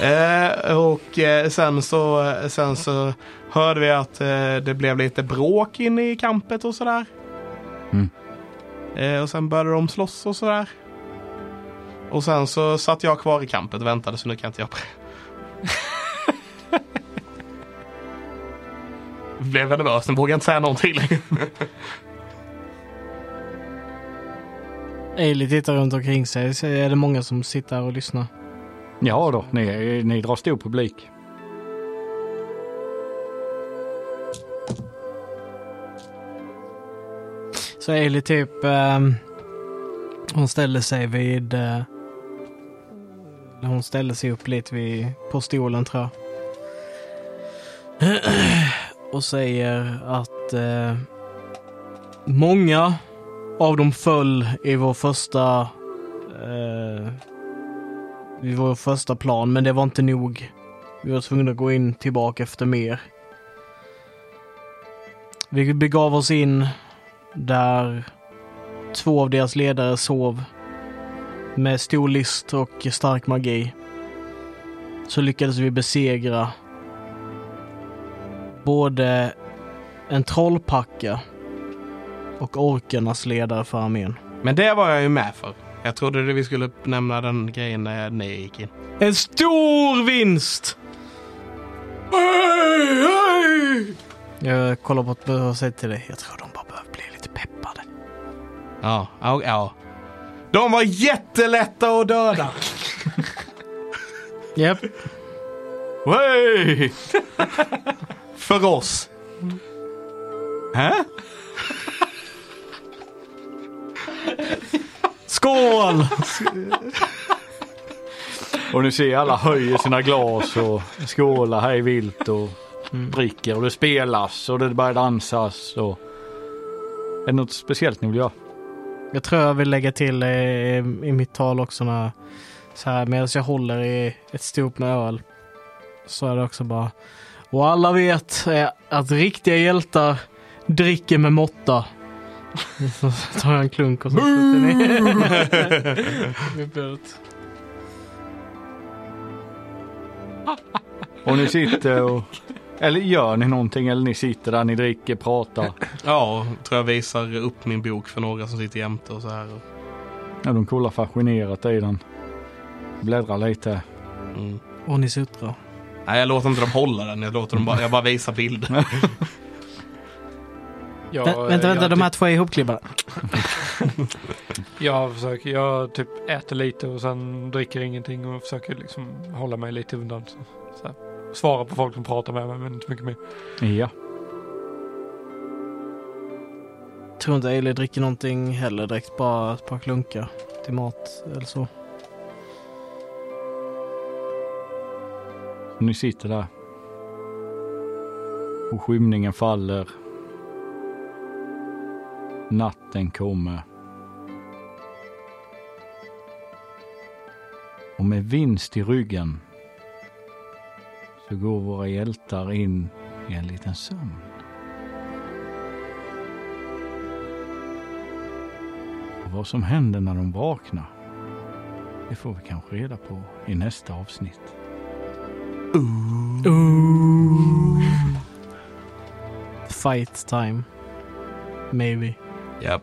Speaker 1: Eh, och eh, sen, så, sen så hörde vi att eh, det blev lite bråk inne i kampet och sådär.
Speaker 4: Mm.
Speaker 1: Eh, och sen började de slåss och sådär. Och sen så satt jag kvar i kampet och väntade så nu kan inte jag... blev jag nervös, nu vågar jag inte säga någonting längre.
Speaker 2: Ailey tittar runt omkring sig. Så Är det många som sitter och lyssnar?
Speaker 4: Ja då, ni, ni drar stor publik.
Speaker 2: Så Ailey typ, ehm, hon ställer sig vid, eh, hon ställer sig upp lite vid, på stolen tror jag. Och säger att eh, många av dem föll i vår första, eh, i vår första plan, men det var inte nog. Vi var tvungna att gå in tillbaka efter mer. Vi begav oss in där två av deras ledare sov med stor list och stark magi. Så lyckades vi besegra både en trollpacka och orkernas ledare för armén.
Speaker 1: Men det var jag ju med för. Jag trodde det vi skulle nämna den grejen när ni gick in.
Speaker 2: En stor vinst! Jag kollar på ett och säger till dig, jag tror de bara behöver bli lite peppade.
Speaker 1: Ja, ja, ja. De var jättelätta att döda.
Speaker 2: Japp.
Speaker 1: Wey! för oss. Hä?
Speaker 2: Skål!
Speaker 4: Och ni ser alla höjer sina glas och skålar hej vilt och dricker och det spelas och det börjar dansas. Och... Är det något speciellt ni vill göra?
Speaker 2: Jag tror jag vill lägga till eh, i mitt tal också när, så här medan jag håller i ett stop med öl. Så är det också bara. Och alla vet eh, att riktiga hjältar dricker med måtta. Så tar jag en klunk och så sätter ni.
Speaker 4: Och ni sitter och... Eller gör ni någonting eller ni sitter där, ni dricker, pratar.
Speaker 1: Ja, tror jag visar upp min bok för några som sitter jämte och så här.
Speaker 4: Ja, de kollar fascinerat i den. Bläddrar lite.
Speaker 1: Mm.
Speaker 2: och ni suttrar.
Speaker 1: Nej, jag låter inte dem hålla den. Jag, låter dem bara, jag bara visar bilder.
Speaker 3: Ja,
Speaker 2: Vä- vänta, vänta,
Speaker 3: jag
Speaker 2: de här två är ihopklibbade.
Speaker 3: Jag försöker, jag typ äter lite och sen dricker ingenting och försöker liksom hålla mig lite undan. Så, så här. Svara på folk som pratar med mig men inte mycket mer.
Speaker 4: Ja.
Speaker 2: Tror inte Ailey dricker någonting heller direkt, bara ett par klunkar till mat eller så.
Speaker 4: Ni sitter där. Och skymningen faller. Natten kommer. Och med vinst i ryggen så går våra hjältar in i en liten sömn. Och vad som händer när de vaknar, det får vi kanske reda på i nästa avsnitt.
Speaker 2: Fight time. Maybe.
Speaker 1: Japp.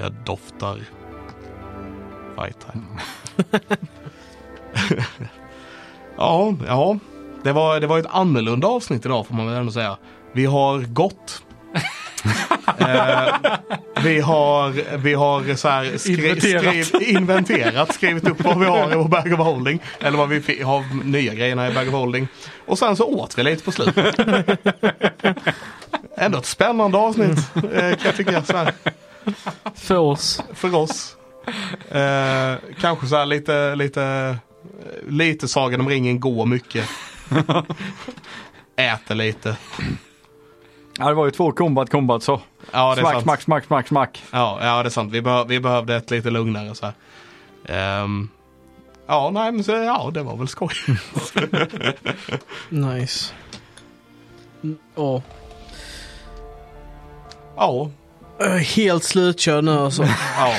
Speaker 1: Jag doftar fight time. ja, ja. Det var, det var ett annorlunda avsnitt idag får man väl ändå säga. Vi har gått. eh, vi har, vi har så här skri,
Speaker 3: Inventerat.
Speaker 1: Skriv, inventerat, skrivit upp vad vi har i vår bag of holding. Eller vad vi fi- har nya grejerna i bag of holding. Och sen så åt vi lite på slutet. Ändå ett spännande avsnitt eh, kan jag tycka. Så här
Speaker 2: För oss.
Speaker 1: för oss. Eh, kanske så här lite, lite, lite Sagan om ringen går mycket. Äter lite.
Speaker 4: Ja, det var ju två combat combat så.
Speaker 1: Ja det är
Speaker 4: smack,
Speaker 1: sant.
Speaker 4: smack, smack, smack, smack.
Speaker 1: Ja, ja det är sant. Vi, behö- vi behövde ett lite lugnare så här. Ehm, ja, nej men så, ja det var väl skoj.
Speaker 2: Nice. Mm, Åh.
Speaker 1: ja,
Speaker 2: Jag är Helt slutkörd nu alltså.
Speaker 1: ja.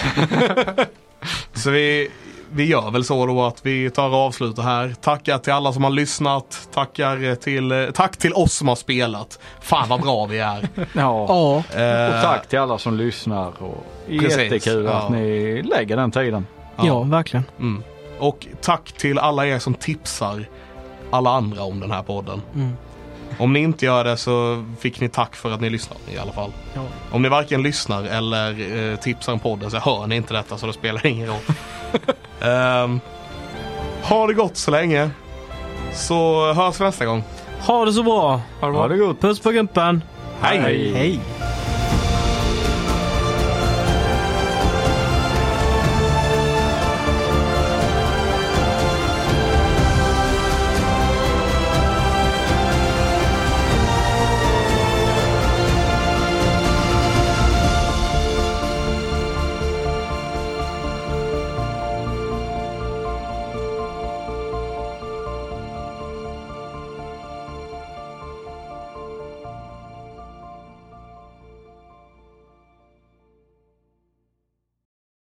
Speaker 1: Så vi, vi gör väl så då att vi tar och avslutar här. Tackar till alla som har lyssnat. Tackar till, eh, tack till oss som har spelat. Fan vad bra vi är.
Speaker 4: Ja.
Speaker 2: Ja.
Speaker 4: Och tack till alla som lyssnar. Och
Speaker 1: Precis,
Speaker 4: jättekul
Speaker 1: ja.
Speaker 4: att ni lägger den tiden.
Speaker 2: Ja, verkligen.
Speaker 1: Mm. Och tack till alla er som tipsar alla andra om den här podden.
Speaker 2: Mm.
Speaker 1: Om ni inte gör det så fick ni tack för att ni lyssnar i alla fall.
Speaker 2: Ja.
Speaker 1: Om ni varken lyssnar eller eh, tipsar om podden så hör ni inte detta så det spelar ingen roll. Ehm, ha det gott så länge. Så hörs vi nästa gång.
Speaker 2: Ha det så bra.
Speaker 3: Ha det bra.
Speaker 4: Ha det gott.
Speaker 2: Puss på gumpen.
Speaker 4: Hej.
Speaker 2: Hej.